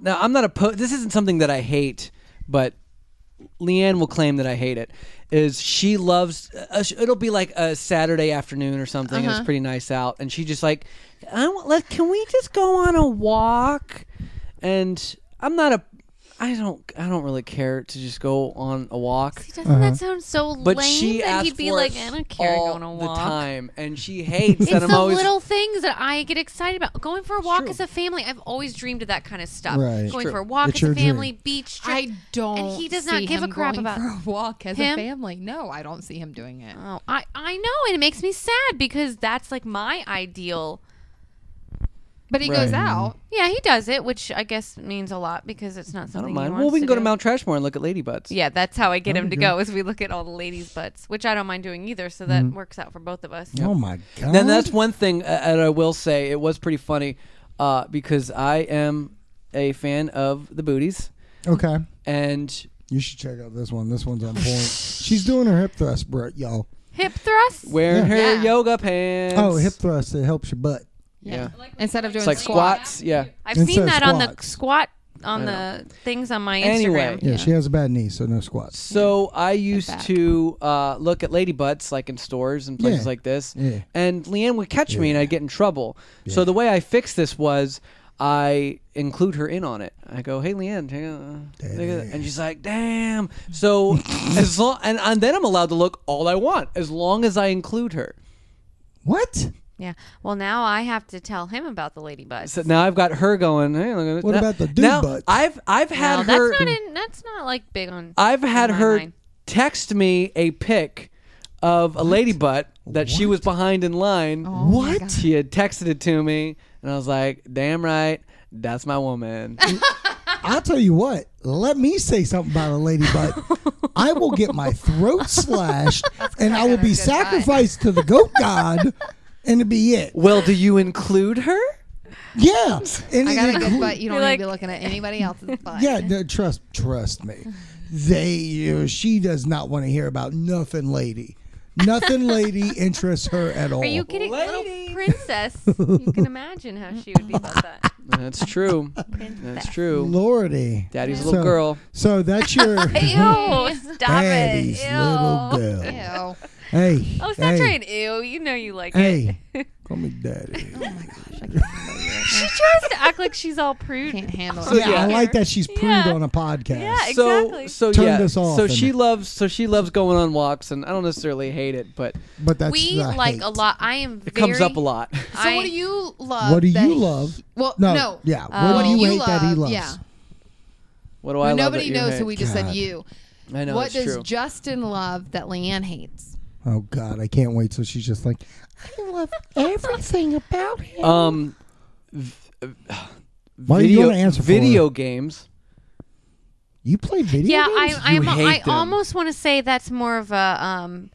now I'm not opposed. This isn't something that I hate, but Leanne will claim that I hate it. Is she loves? Uh, sh- it'll be like a Saturday afternoon or something. And it's pretty nice out, and she just like, I want, like, can we just go on a walk? And I'm not a, I don't, I don't really care to just go on a walk. See, doesn't that sound so Uh-huh. But lame she that asked he'd be for like, it I don't care all going on a walk. the time, and (laughs) she hates It's that I'm the always little things that I get excited about. Going for a walk true. as a family, I've always dreamed of that kind of stuff. Right. It's Going true. for a walk It's as your a dream. family, beach trip. I don't. And he does not see give a him crap going about for a walk as him. a family. No, I don't see him doing it. Oh, I I know, and it makes me sad because that's like my ideal But he goes Right. out. Yeah, he does it, which I guess means a lot because it's not I something. don't he mind. wants Well, we can go to do. Mount Trashmore and look at ladybutts. Yeah, that's how I get him to you go. Is we look at all the ladies' butts, which I don't mind doing either. So that Mm-hmm. works out for both of us. Oh my god. Then that's one thing uh, that I will say. It was pretty funny uh, because I am a fan of the booties, okay. and You should check out this one. This one's on (laughs) point. She's doing her hip thrust, bro, y'all. Hip thrust. wearing Yeah. her Yeah. yoga pants. Oh, hip thrust. It helps your butt. Yeah. Instead of doing It's like squats. squats. Yeah. I've It seen says that on the squats. squat on I the things on my Anyway. Instagram. Yeah, she has a bad knee, so no squats. So I used back. to uh, look at lady butts like in stores and places Yeah. like this, Yeah. and Leanne would catch me and I'd get in trouble. So the way I fixed this was I include her in on it. I go, "Hey, Leanne, take a- take a-" and she's like, "Damn!" (laughs) So as long and, and then I'm allowed to look all I want as long as I include her. What? Yeah. Well, now I have to tell him about the lady butts. So now I've got her going. Hey, look at this." What Now- about the dude now butts? I've I've had No, her. that's not in, that's not like big on. I've had in my her mind. text me a pic of a lady butt that she was behind in line. Oh my what? She had texted it to me, and I was like, "Damn right, that's my woman." (laughs) I'll tell you what. Let me say something about a lady butt. I will get my (laughs) throat slashed, and I will be sacrificed to the goat god, and it'd be it. well, do you include her? (laughs) Yeah. And I it got a good inclu- (laughs) butt. You don't You're need to be like- looking at anybody (laughs) else's butt. Yeah, no, trust trust me. They you she does not want to hear about nothing lady. Nothing (laughs) lady interests her at all. Are you kidding? Lady. Little princess. you can imagine how she would be about that. That's true. that's true. Lordy. Daddy's a little (laughs) So- girl. So that's your (laughs) Ew! Stop daddy's it. Ew. little girl. Ew. Oh Hey. Oh, stop hey, trying. Ew! You know you like it. Hey. Call me (laughs) daddy. Oh, my gosh, I can't handle you. She tries to act like she's all prude. Can't handle So it. yeah, I like that she's prude Yeah. on a podcast. Yeah. Exactly. So, so Turned yeah. us off so and- she loves. So she loves going on walks, and I don't necessarily hate it, but But that's we the like hate. a lot. I am. it comes very- up a lot. So I- what do you love? What do that you he- love? Well, No. no. Yeah. Oh. what do you, You hate that he love, loves? yeah. What do Oh, I love? Nobody that you knows, hate? so we just said God. you. I know. what that's does true. Justin love that Leanne hates? Oh God, I can't wait. So she's just like, I love everything about him. um, Why video, are you going to answer for video her? games. You play video Yeah, games? I, I'm, hate I them. almost want to say that's more of a um,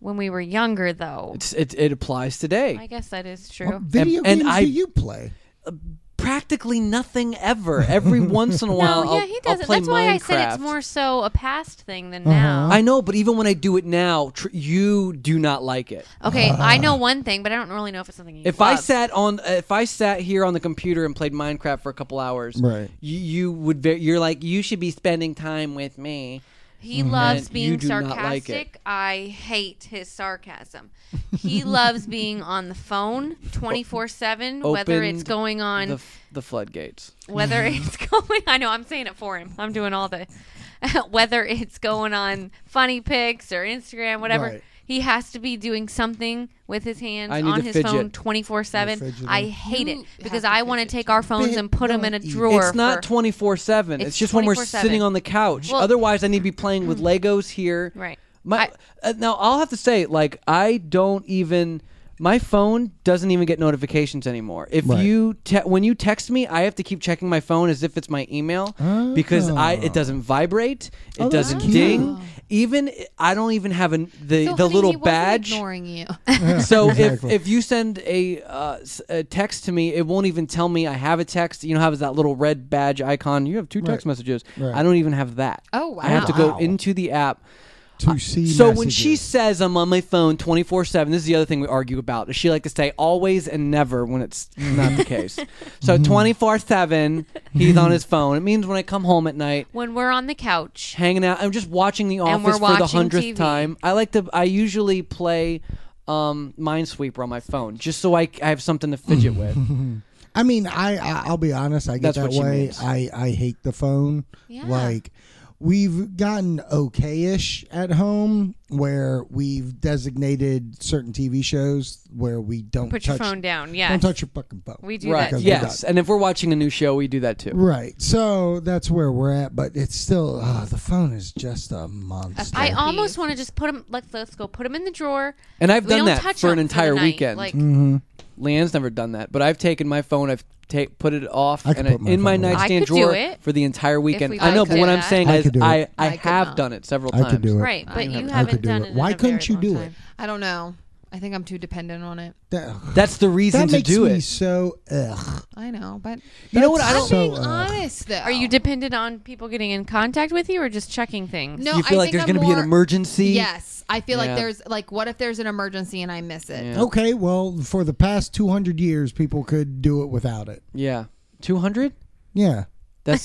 when we were younger though. It's, it, it applies today. I guess that is true. What video And- and games I- do you play? Practically nothing ever. (laughs) Every once in a while, no, I'll, yeah, he I'll doesn't. play That's why I said Minecraft. it's more so a past thing than now. I know, but even when I do it now, tr- you do not like it. okay, I know one thing, but I don't really know if it's something. You If I love. sat on, if I sat here on the computer and played Minecraft for a couple hours, Right. You, you would. Ve- you're like, you should be spending time with me. He loves And you being do not like sarcastic. I hate his sarcasm. He loves being on the (laughs) phone 24/7 whether it's Opened going on the, f- the floodgates. whether Mm-hmm. it's (laughs) going I know I'm saying it for him. I'm doing all the (laughs) whether it's going on funny pics or Instagram whatever. Right. He has to be doing something with his hands I need on to his fidget. phone 24/7. You're I fidgeting. hate You it because have to I want to take our phones Bit and put them in a don't eat. drawer. it's not for- 24 7 it's, It's just when we're 24/7. sitting on the couch Well- otherwise i need to be playing with legos here Right. my uh, now i'll have to say like i don't even my phone doesn't even get notifications anymore if Right. you te- when you text me i have to keep checking my phone as if it's my email because i it doesn't vibrate it Ah. Oh, that's doesn't cute. ding even i don't even have an, the So, the honey, little he wasn't badge ignoring you. (laughs) (laughs) so exactly. if, if you send a, uh, s- a text to me, it won't even tell me I have a text. You know, how there's that little red badge icon. You have two text Right. messages. Right. I don't even have that. Oh, I have to wow. go into the app. To see. So when she E messages. says I'm on my phone 24 seven, this is the other thing we argue about. Does she like to say always and never when it's not (laughs) the case? So 24 seven, he's on his phone. It means when I come home at night, when we're on the couch. hanging out. I'm just watching The And we're Office for the watching hundredth TV. time. I like to. I usually play um, Minesweeper on my phone just so I, I have something (laughs) to fidget with. I mean, I, I I'll be honest. I get That's that what she way. means. I I hate the phone. Yeah. Like we've gotten okay-ish at home where we've designated certain TV shows where we don't Put your touch, phone down. Yeah. Don't touch your fucking phone. We do right? that. Because we're Yes. And if we're watching a new show, we do that too. Right. So that's where we're at. But it's still uh, the phone is just a monster. I Peeve. almost want to just put them. Let's let's go put them in the drawer. And I've We done don't that touch for an 'em the entire night, weekend. Mm. Like Leanne's never done that, but I've taken my phone, I've ta- put it off, I could and put my in my phone away. I nightstand could do drawer it. for the entire weekend. we I know, could but what do I'm that. saying I is could do it. I, I, I could have not. done it several I times. could do it. Right, but you haven't. I haven't could do done it. it. Why in a couldn't very you long do time. it? I don't know. I think I'm too dependent on it. That, That's the reason that to makes do me it. so ugh. I know, but You know what? I I'm don't. So, being uh, honest though. Are you dependent on people getting in contact with you, or just checking things? No, you I feel like think there's I'm going to be an more- emergency. Yes, I feel Yeah. like there's like what if there's an emergency and I miss it? Yeah. Okay, well, for the past 200 years, people could do it without it. Yeah. Two hundred. Yeah, That's (laughs)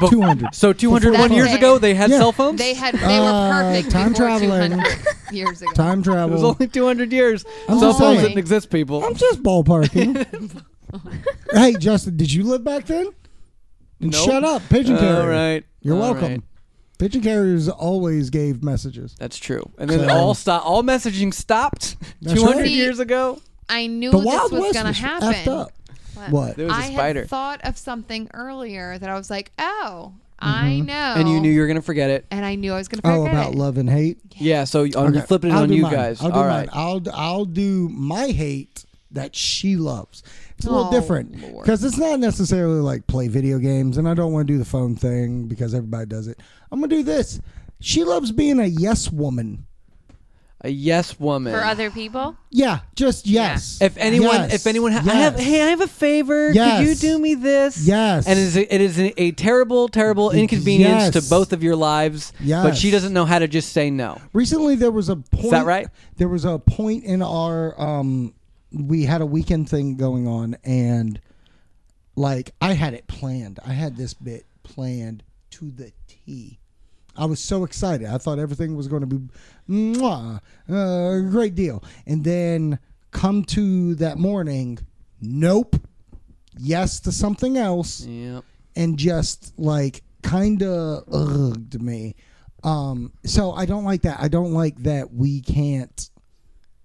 200. so. Two hundred one That's years fair. ago, they had Yeah. cell phones. They had they Uh, were perfect time before traveling. 200 years ago. Time It was travel. only two hundred years. Oh. I'm cell just phones saying. didn't exist, people. I'm just ballparking. (laughs) hey, Justin, did you live back then? And Nope. Shut up, pigeon carrier. All right. You're All welcome. right. Pigeon carriers always gave messages. That's true. And then So- all stop. All messaging stopped. That's Two hundred right. years ago. I knew The this Wild was West going to was happen. effed up. What? There was I a spider, had thought of something earlier that I was like, "Oh, I know." Mm-hmm. and you knew you were going to forget it. and I knew I was going to Oh, forget about it. love and hate. Yeah. So I'm Okay, flipping it I'll on do you mine. guys. I'll do All mine. right. I'll I'll do my hate that she loves. It's a little Oh, different Lord. because it's not necessarily like play video games, and I don't want to do the phone thing because everybody does it. I'm gonna do this. She loves being a yes woman. A yes woman. For other people? Yeah, just yes. If anyone, Yes. if anyone, ha- I have. Yes. Hey, I have a favor. Could you Yes. do me this? Yes. And it is, a, it is a, a terrible, terrible yes. inconvenience to both of your lives. But Yes. she doesn't know how to just say no. Recently, there was a point. that right? There was a point in our. Um, we had a weekend thing going on, and like I had it planned. I had this bit planned to the T. I was so excited. I thought everything was going to be mwah, uh, great deal. And then come to that morning, nope. Yes to something else Yeah. and just like kind of ugged me. Um, so I don't like that. I don't like that we can't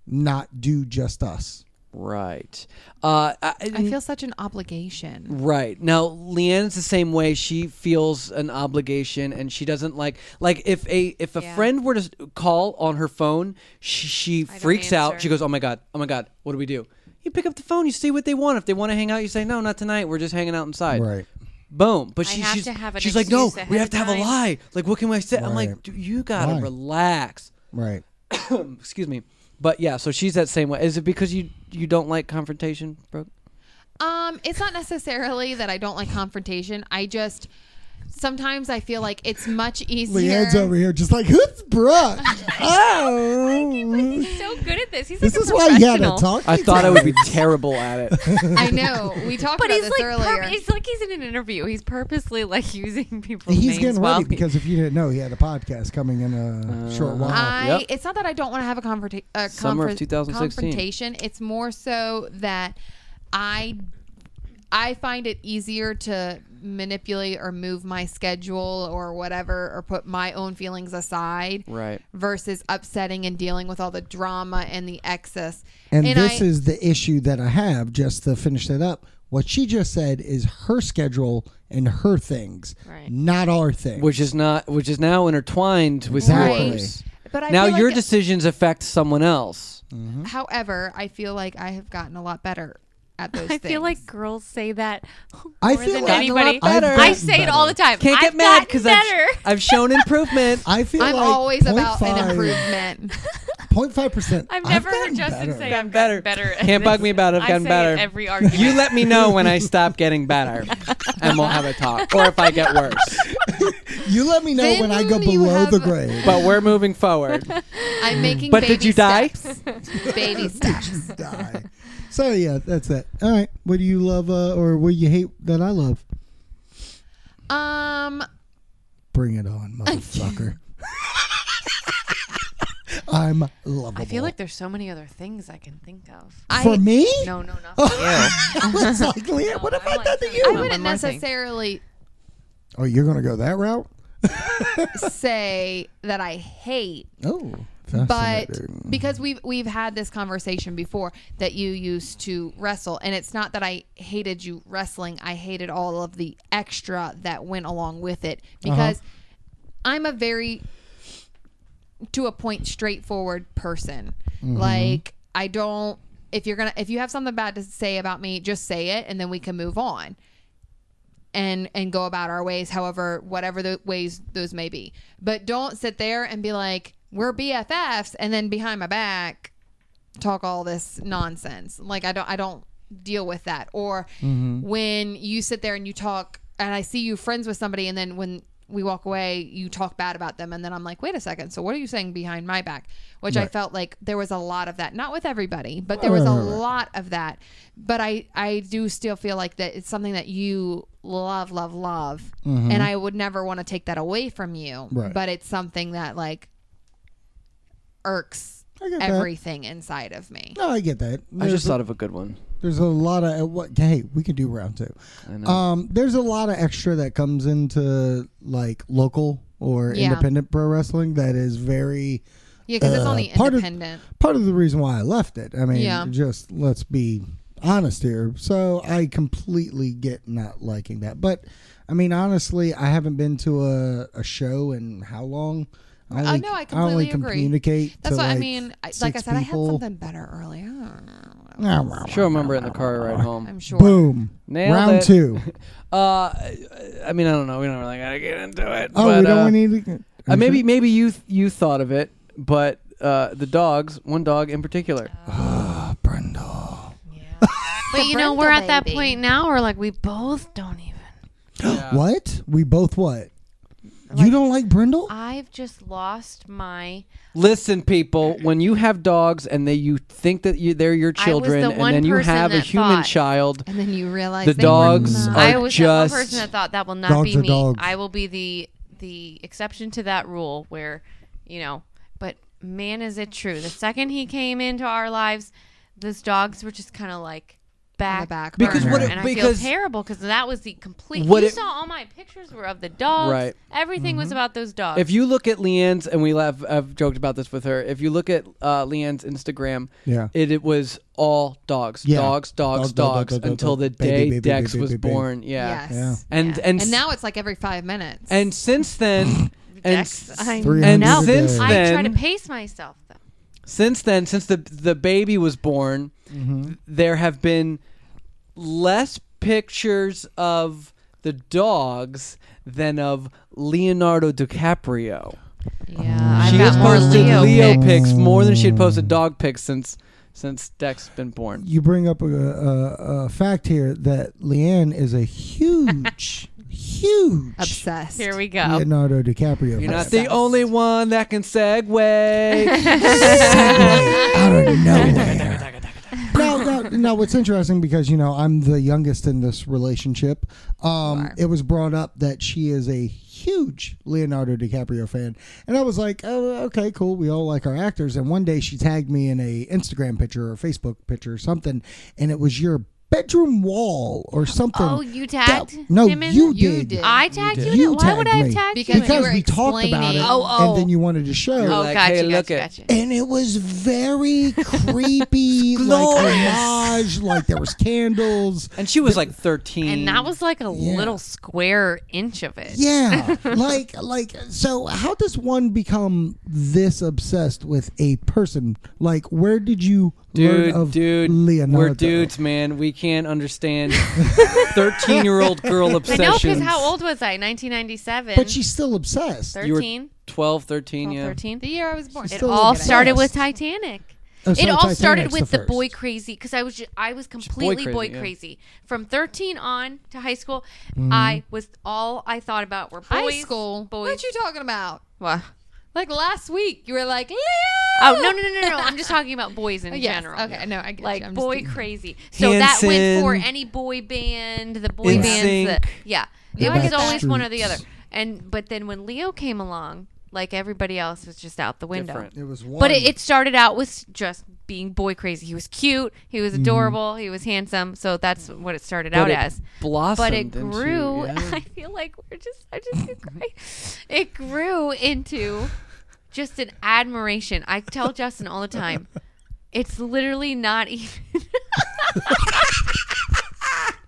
not do just us. Right. Uh, I, I feel such an obligation. Right. Now, Leanne's the same way. She feels an obligation and she doesn't like like if a if a Yeah. friend were to s- call on her phone, she, she don't freaks out. answer. She goes, "Oh my god. Oh my god. What do we do?" You pick up the phone, you see what they want. If they want to hang out, you say, "No, not tonight. We're just hanging out inside." Boom. But I she, have she's to have an she's like, "No, excuse we ahead have of to have a time." lie." Like, what can I say? I'm like, Right. "Dude, "You got to Why? relax." Right. Excuse me. But yeah, so she's that same way. Is it because you you don't like confrontation, Brooke? Um, it's not necessarily that I don't like confrontation. I just sometimes I feel like it's much easier. Leanne's over here just like, who's Brooke? oh. He's so good at this. He's like This a is why you had to professional. talk. I me thought I would be down. terrible at it. I know we talked But about he's this like, earlier. purpo- it's like he's in an interview. He's purposely like using (laughs) people's He's names getting while ready he- because if you didn't know, he had a podcast coming in Uh, a short while. I Yep. it's not that I don't want to have a confrontation. Uh, Summer of 2016. Confrontation. It's more so that I I find it easier to manipulate or move my schedule or whatever or put my own feelings aside. Right. Versus upsetting and dealing with all the drama and the excess. And, this I, is the issue that I have, just to finish that up. What she just said is her schedule and her things, Right. not our thing. which is not which is now intertwined with Exactly. yours. But I now feel your like, decisions affect someone else. However, I feel like I have gotten a lot better at those I things. feel like girls say that more I feel than like- Gotten a lot anybody. better. I say it all the time. Can't get I've mad gotten better. I've, I've shown improvement. I feel I'm like always about an 0.5 improvement. 0.5 percent. I've never heard Justin say Gotten (laughs) I've gotten better. better. at Can't bug this." me about it. I've I gotten say better. It every argument. you let me know when (laughs) I stop getting better, and we'll have a talk, or if I get worse. You let me know Then when I go you below have- the grade. (laughs) But we're moving forward. (laughs) I'm making. But baby did you die? steps. (laughs) baby steps. Die. So yeah, that's it. All right. What do you love uh, or what do you hate that I love? Um, Bring it on, (laughs) motherfucker. I'm lovable. I feel like there's so many other things I can think of. I for me, (laughs) No, no, Oh, not for you. it's like Leanne, what No, have I I like done to I that. Hold on, you? would- wouldn't one more thing. necessarily Oh, you're gonna go that route? say that I hate, Oh, but fascinating. because we've we've had this conversation before that you used to wrestle, and it's not that I hated you wrestling. I hated all of the extra that went along with it Uh-huh. because I'm a very Mm-hmm. to a point straightforward person. Like I don't. if you're gonna if you have something bad to say about me, just say it, and then we can move on. And and go about our ways, however, whatever the ways those may be. But don't sit there and be like we're BFFs, and then behind my back talk all this nonsense. Like I don't I don't deal with that. Or when you sit there and you talk and I see you friends with somebody and then when we walk away, you talk bad about them and then I'm like, "Wait a second. So what are you saying behind my back?" Which I felt like there was a lot of that. Not with everybody, but there was a lot of that. But I I do still feel like that it's something that you love love love and I would never want to take that away from you. Mm-hmm. Right. But it's something that like irks I get that. everything inside of me. No, I get that. I There's, just thought of a good one. there's a lot of what. Hey, we could do round two. I know. Um, there's a lot of extra that comes into like local or Yeah. independent pro wrestling that is very Yeah, because it's uh, only part of- independent. part of the reason why I left it. I mean, Yeah. just let's be honest here. So I completely get not liking that. But I mean, honestly, I haven't been to a, a show in how long? I only, no, I only completely agree. communicate. That's to, what like, I mean. I, like six I said, I had people. something better earlier. Ah, rah, rah. Sure, remember it in the car ride home. I'm sure. Boom. Nailed Round it. (laughs) two. Uh, I mean, I don't know. We don't really gotta get into it. Oh, but, we don't uh, need to. Uh, maybe maybe you th- you thought of it, but uh, the dogs, one dog in particular. Brendel. But you Brenda know, we're at that baby. point now where like we both don't even. What? We both what? you don't like Brindle? I've just lost my. Listen, people, when you have dogs and they you think that you, they're your I was the children, and one then you person have a that human thought- child, And then you realize the they were dogs Mm-hmm. not. are I was just the person that thought that will not Dogs be are me. dogs. I will be the the exception to that rule where, you know, but man, is it true? The second he came into our lives, those dogs were just kind of like back, back burner. Because what it- and I because- feel terrible because that was the complete. What you it- saw all my pictures were of the dogs. Right. Everything was about those dogs. If you look at Leanne's, and we laugh, I've joked about this with her. If you look at uh, Leanne's Instagram, Yeah. it, it was all dogs, Yeah. dogs, dogs, Dog, dog, dog, dogs, dog, dog, until dog. the Baby, day baby, Dex baby, was baby, baby. born. Yeah, Yes. Yeah. and and s- And now it's like every five minutes. and since (laughs) then, and Dex, s- I Three know. and hundred a since day. I try to then, pace myself though. since then, since the the baby was born, Mm-hmm. th- there have been less pictures of the dogs than of Leonardo DiCaprio. Yeah, I've She has got more posted Leo, Leo, pics. pics. more than she had posted dog pics since since Dex been born. You bring up a, a, a fact here that Leanne is a huge, huge obsessed. Here we go. Leonardo DiCaprio. You're fan. not the only one that can (laughs) segue. Segue out of nowhere. Now, now, now, what's interesting because you know I'm the youngest in this relationship. Um, it was brought up that she is a huge Leonardo DiCaprio fan, and I was like, "Oh, okay, cool. We all like our actors." And one day she tagged me in a Instagram picture or a Facebook picture or something, and it was your bedroom wall or something. Oh, you tagged That- no, him in you it? did. You did. I tagged you. You in it? Why would I tagged have me. tagged you? Because in you it? Because were we talked about it, explaining. Oh, oh. and then you wanted to show. Oh, Like, gotcha, hey, gotcha, look at- gotcha. and it was very (laughs) creepy, like homage, like there was candles. and she was like 13. And that was like a little square inch of (laughs) it. Yeah, like like so. How does one become this obsessed with a person? Like, where did you learn Dude, of dude, Leonardo? we're dudes, man. We can't (laughs) understand thirteen-year-old girl I know, because obsessions. how old was I? 1997. but she's still obsessed. 13. You were 12, 13, 12, yeah. 13. The year I was born. She's It still all All Look at it. started with Obsessed. Titanic. Oh, so it all Titanic's started with the, first. boy crazy because I was ju- I was completely boy, crazy, crazy, yeah. from 13 on to high school. Mm-hmm. I was all I thought about were boys. high school. Boys. What you talking about? What? Like last week, you were like, yeah. Oh no no no no no! I'm just talking about boys (laughs) in Yes. general. Okay, no, I get like you. I'm just boy kidding. crazy. So that went for Hanson. any boy band, the boy In bands, the, sync. yeah. The It was always one or the other. Backstreets. And but then when Leo came along, like everybody else was just out the window. Different. It was one. But it, it started out with just being boy crazy. He was cute, he was adorable, he was handsome. So that's what it started out Mm-hmm. But it as blossomed but it into- grew. (laughs) yeah. I feel like we're just, I just get (laughs) great. It grew into just an admiration. I tell Justin all the time, it's literally not even.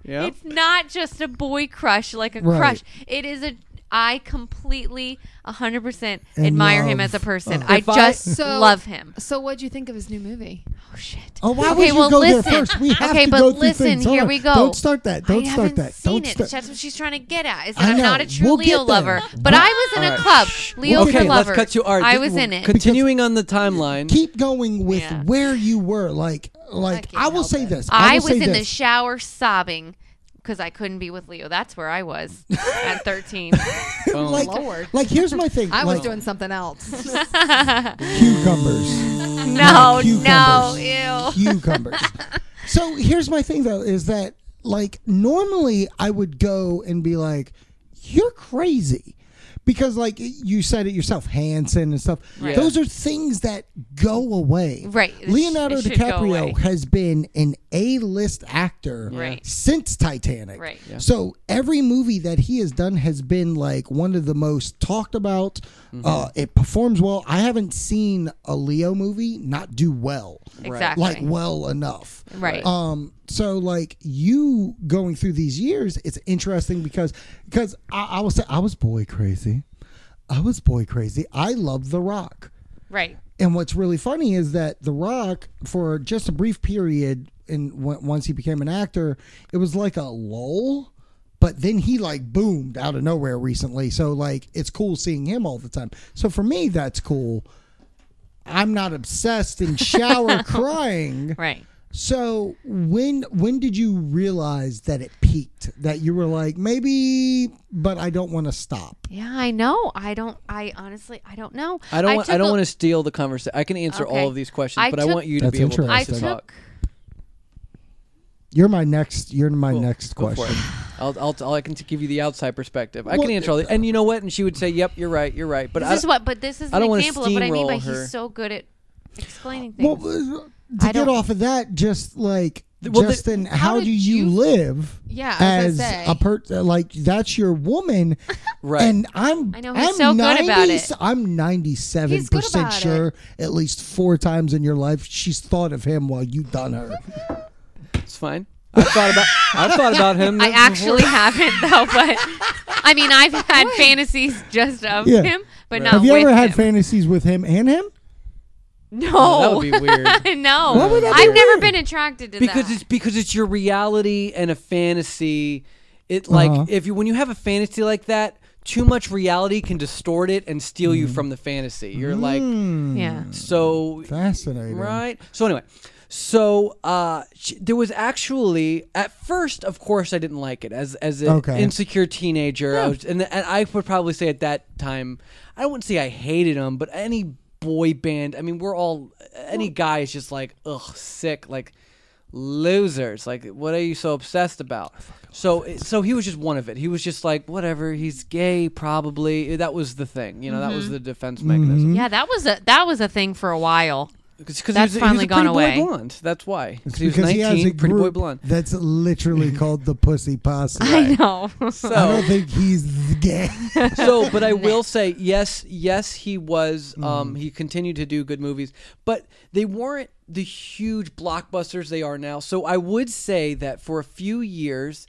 Yeah. It's not just a boy crush, like a Oh. Right. crush. It is a I completely, 100% admire him love. Uh, as a person. I If I- just So- love him. So, what'd you think of his new movie? Oh, shit. Oh, why Okay, would you well, go listen. there first? We have Okay, to but go through listen, things. Hold here on. we go. Don't start that. Don't I start haven't that. seen Don't it. start. That's what she's trying to get at. Is I that I'm know. not a true We'll get Leo there. lover. But But- I was in a Alright. club. Leo Okay, for let's lover. cut you. All right, I th- was well, in it. Continuing on the timeline. Keep going with Yeah. where you were. Like, like can't I, will help say it. this. I, will I, was say in this. the shower sobbing because I couldn't be with Leo. That's where (laughs) I was at 13. Boom. like, Lord. like, here's my thing. (laughs) I was like, doing something (laughs) else. cucumbers. no, no, cucumbers. ew. (laughs) cucumbers. so here's my thing though is that like normally I would go and be like, you're crazy. Because like you said it yourself, Hanson and stuff. Those are things that go away. Right. It sh- Leonardo it should go away. DiCaprio has been an A-list actor Right. since Titanic. Right. Yeah. So every movie that he has done has been like one of the most talked about. Uh, it performs well. I haven't seen a Leo movie not do well Exactly. like well enough. Right. Um so like you going through these years, it's interesting because because I, I was I was boy crazy. I was boy crazy. I love The Rock. right. And what's really funny is that The Rock, for just a brief period, and w- once he became an actor, it was like a lull. But then he like boomed out of nowhere recently. So like it's cool seeing him all the time. So for me, that's cool. I'm not obsessed and shower crying. Right. So when when did you realize that it peaked? That you were like maybe, but I don't want to stop. Yeah, I know. I don't. I honestly, I don't know. I don't. want, I took don't a- want to steal the conversation. I can answer Okay. all of these questions, I but I took- want you to That's be able to I interesting. talk. took. You're my next. You're my next Go for question. it. I'll, I'll, I'll, I can t- give you the outside perspective. I Well, can answer all the, and you know what? And she would say, "Yep, you're right. You're right." But This I, is what. But this is I an don't wanna example of what I mean by steamroll her. he's so good at explaining things. Well, uh, to I get don't- off of that, just like well, the- Justin, how, did do you, you- live? Yeah, I was as gonna say. a per uh, like that's your (laughs) woman, Right. And I'm I know, he's I'm so good about it. 90 I'm ninety seven He's good percent about sure at least four times in your life she's thought of him while you done (laughs) her. it's fine. I thought about. I thought about him. (laughs) I actually haven't though, but I mean, (laughs) I've had fantasies just of Yeah. him, but not Have you with ever had him. fantasies with him and him? no, That would be weird. (laughs) no, Why would that be I've never weird? been attracted to because that. it's because it's your reality and a fantasy. It like Uh-huh. if you when you have a fantasy like that, too much reality can distort it and steal you from the fantasy. You're like yeah, so Fascinating. Right. So anyway, so uh, sh- there was actually at first, of course, I didn't like it as as an Okay. insecure teenager. I was, and, and I would probably say at that time, I wouldn't say I hated him, but any boy band, I mean, we're all any guy is just like ugh, sick, like losers. Like, what are you so obsessed about? So, it- so he was just one of it. He was just like, whatever. He's gay, probably. That was the thing. You know, that was the defense mechanism. yeah, that was a that was a thing for (laughs) a while. Cause, 'cause That's he was, finally he was a pretty gone away. Boy blonde. That's why. Because he was because 19, he has a pretty boy group (laughs) blonde. that's (laughs) literally called the Pussy Posse. I know. I So, don't think he's gay. so, but I (laughs) will say, yes, yes, he was. Mm. Um, he continued to do good movies, but they weren't the huge blockbusters they are now. So I would say that for a few years,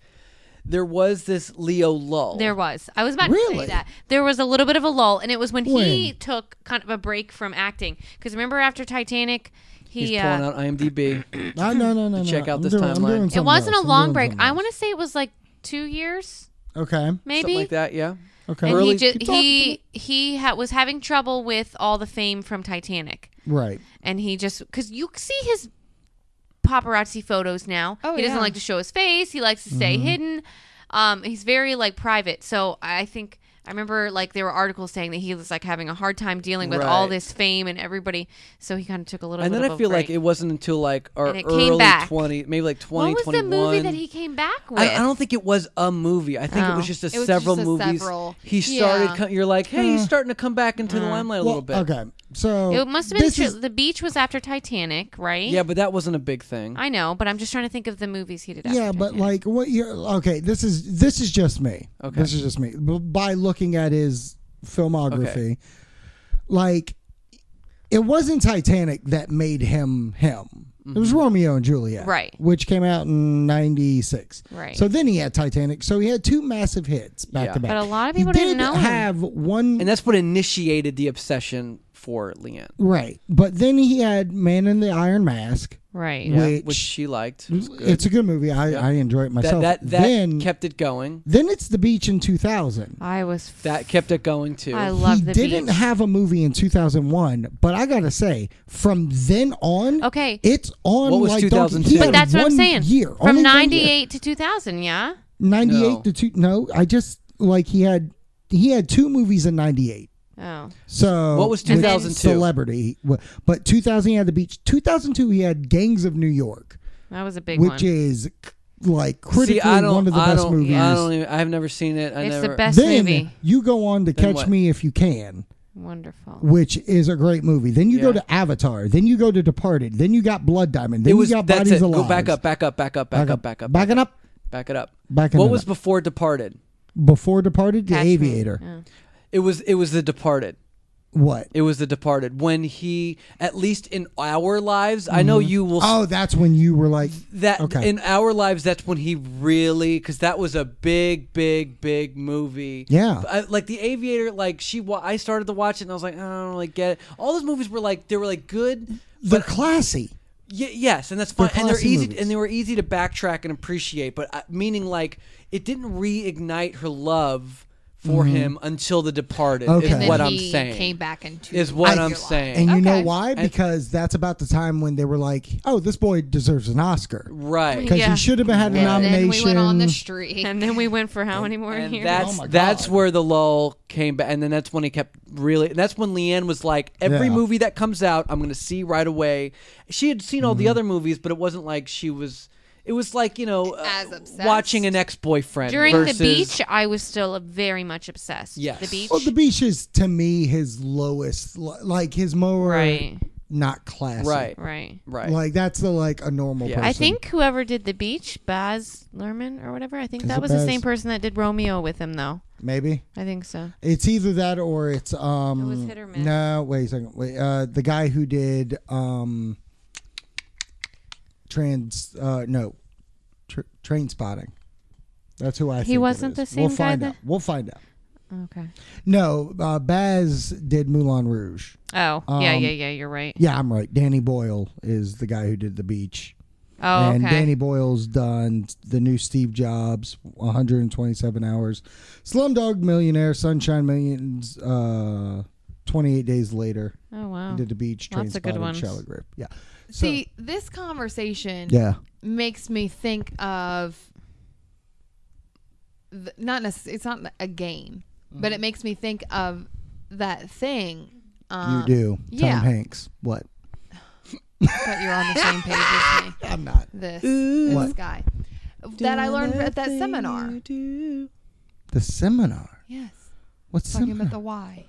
there was this Leo lull. There was. I was about to Really? say that. There was a little bit of a lull, and it was when, he When? took kind of a break from acting. Because remember, after Titanic, he. He's uh, pulling out (clears throat) IMDb. No, no, no, no. Check no. out I'm this doing- I'm timeline. doing It it something wasn't else. a I'm long doing break. something I else. want to say it was like two years, Okay. maybe. Something like that, yeah. Okay. And Early- he just Keep talking he he ha- was having trouble with all the fame from Titanic, Right. and he just because you see his paparazzi photos now. Oh, he doesn't yeah. like to show his face. He likes to stay Mm-hmm. hidden. Um, he's very like private. So I think I remember like there were articles saying that he was like having a hard time dealing with all Right. this fame and everybody. So he kind of took a little. And bit then of I a feel like break. it wasn't until like our And it came early back. 20, maybe like 20, What was the 21. movie that he came back with? I, I don't think it was a movie. I think it Oh. was just a was several just a movies. several. He started. Yeah. co- you're like, hey, Hmm. he's starting to come back into the limelight a little Well, bit. okay. So It must have been this true. is- the beach was after Titanic, right? Yeah, but that wasn't a big thing. I know, but I'm just trying to think of the movies he did. After yeah, but Titanic. like what you're okay. This is this is just me. Okay. This is just me. B- By looking at his filmography, like it wasn't Titanic that made him him. It Mm-hmm. was Romeo and Juliet, Right. Which came out in '96, Right. So then he had Titanic. So he had two massive hits back Yeah. to back. But a lot of He people didn't did know him. have one and that's what initiated the obsession for Leanne, right, but then he had Man in the Iron Mask, Right. Yeah. which, Which- she liked. It was good. It's a good movie. I, Yeah. I enjoy it that Hmm? myself. that, that then kept it going. then it's the beach in 2000. I was. F- That kept it going too. I love he the didn't beach. have a movie in 2001, but I gotta say, from then on, Okay. it's on. What was like donkey- 2002? he But had That's what I'm one saying. Year Only From one year. 98 to 2000, yeah? 98 No. to two. No, I just like he had he had two movies in 98. Oh. So What was with 2002? Celebrity, but 2000 he had the beach. 2002 he had Gangs of New York, That was a big which one. is like critically See, I don't, one of the I best don't, movies. I don't even, I've never seen it. I it's never, the best then movie. you go on to Catch what? Me If You Can, Wonderful. which is a great movie. Then you go Yeah. to Avatar. Then you go to Departed. Then you got Blood Diamond. Then it was you got that's Bodies it. Alive. Go back up, back up, back up, back up, back up, Backing up. back it up. Backing What it was up. before Departed? Before Departed, The Catch Me. Aviator. Oh. It was it was The Departed. What? It was The Departed. When he, at least in our lives, I know you will. Oh, that's when you were like that Oh, okay. in our lives that's when he really because that was a big big big movie Yeah. I, like the aviator like she wa- i started to watch it and i was like i don't really get it all those movies were like they were like good They're classy. Y- yes, and that's fine, They're and they're classy easy, movies. and they were easy to backtrack and appreciate. But uh, meaning, like, it didn't reignite her love for him until The Departed. Mm-hmm. Okay. And Is then what he I'm saying. came back into is what your I'm life. saying. And you know Okay. why? Because that's about the time when they were like, "Oh, this boy deserves an Oscar right. because Yeah. he should have been had a And nomination." then we went on the street. And then we went for how many more And years? that's Oh my God. that's where the lull came back, and then that's when he kept really. And that's when Leanne was like, every Yeah. movie that comes out, I'm going to see right away. She had seen all Mm-hmm. the other movies, but it wasn't like she was. It was like you know, uh, As obsessed. watching an ex-boyfriend During versus, the beach, I was still very much obsessed. Yes. The beach. well, Oh, the beach is to me his lowest, li- like his more right. not classy, Right, Right. right. Like that's the like a normal Yeah. person. I think whoever did the beach, Baz Luhrmann or whatever, I think Is that it was the Baz? same person that did Romeo with him, though. maybe I think so. it's either that or it's um. It was hit or miss. No, wait a second. Wait, uh, the guy who did um. Trans, uh, no, tr- train spotting. That's who I. think it wasn't the is. We'll same guy find that- out. We'll find out. Okay. No, uh, Baz did Moulin Rouge. Oh, yeah, Um, yeah, yeah. You're right. Yeah, I'm right. Danny Boyle is the guy who did The Beach. Oh, and okay. Danny Boyle's done the new Steve Jobs, 127 hours, Slumdog Millionaire, Sunshine Millions, uh, 28 Days Later, oh, wow. He did The Beach, Train Lots of good Spotting, ones. Shallow Grip. Yeah. So, See, this conversation yeah. makes me think of th- not necessarily it's not a game, but it makes me think of that thing. Um, uh, You do. yeah. Tom Hanks. What? But you're on the same page as me. I'm not. This, this What? guy that I learned at that seminar. The seminar. Yes, What's talking about seminar? the why.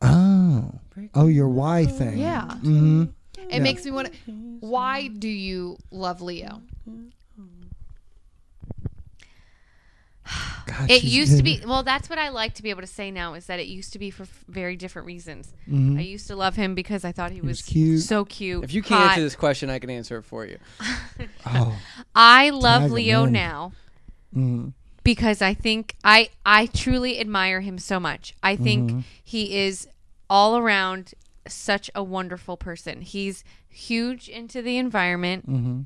oh. Oh, your why thing. Yeah. hmm It Yeah. makes me want to. Why do you love Leo? God, (laughs) It she's used (laughs) to good. be well. That's what I like to be able to say now is that it used to be for f- very different reasons. I used to love him because I thought he, Mm-hmm. was was, cute. so cute. If you can't hot. answer this question, I can answer it for you. Oh. I love Tag Leo along. now Mhm. because I think I I truly admire him so much. I think Mm-hmm. he is all around such a wonderful person. He's huge into the environment. Mm-hmm.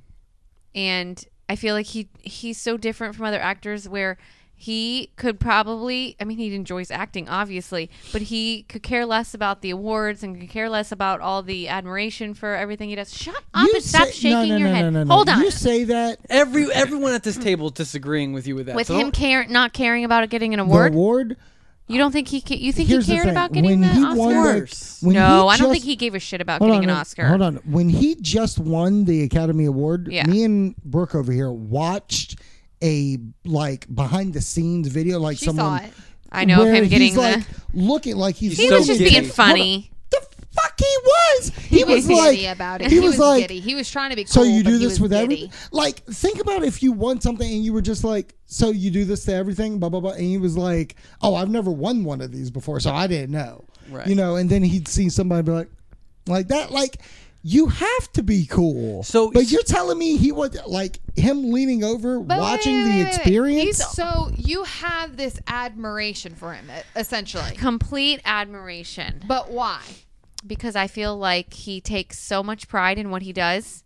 and I feel like he he's so different from other actors where he could probably I mean he enjoys acting obviously, but he could care less about the awards and could care less about all the admiration for everything he does. Shut up You and stop say- shaking no, no, your no, head. No, no, no. Hold on. You say that Every everyone (laughs) at this table is disagreeing with you with that. With so him don't- care, not caring about getting an the award, award. you don't think he ca- you think Here's the he cared thing. about getting when the he Oscar? won the, Worse. when no, he I don't think just- he gave a shit about Hold getting on, an uh, Oscar. Hold on. When he just won the Academy Award, Yeah. me and Brooke over here watched a like behind the scenes video, like She someone. saw it. I know of where him he's, getting the- like looking like he's. He So was just giddy. being funny. The fuck he was. He was giddy like about it. He, was, like. giddy. he was trying to be. So cool, you but he do this was with giddy. everything? Like, think about if you won something and you were just like, so you do this to everything, blah blah blah, and he was like, oh, I've never won one of these before, so I didn't know, Right. You know, and then he'd see somebody be like, something like that. Like you have to be cool. So- but you're telling me he was like him leaning over, But watching wait, wait, the wait, wait. experience. He's- so you have this admiration for him, e- essentially. Complete admiration. But But why? because I feel like he takes so much pride in what he does.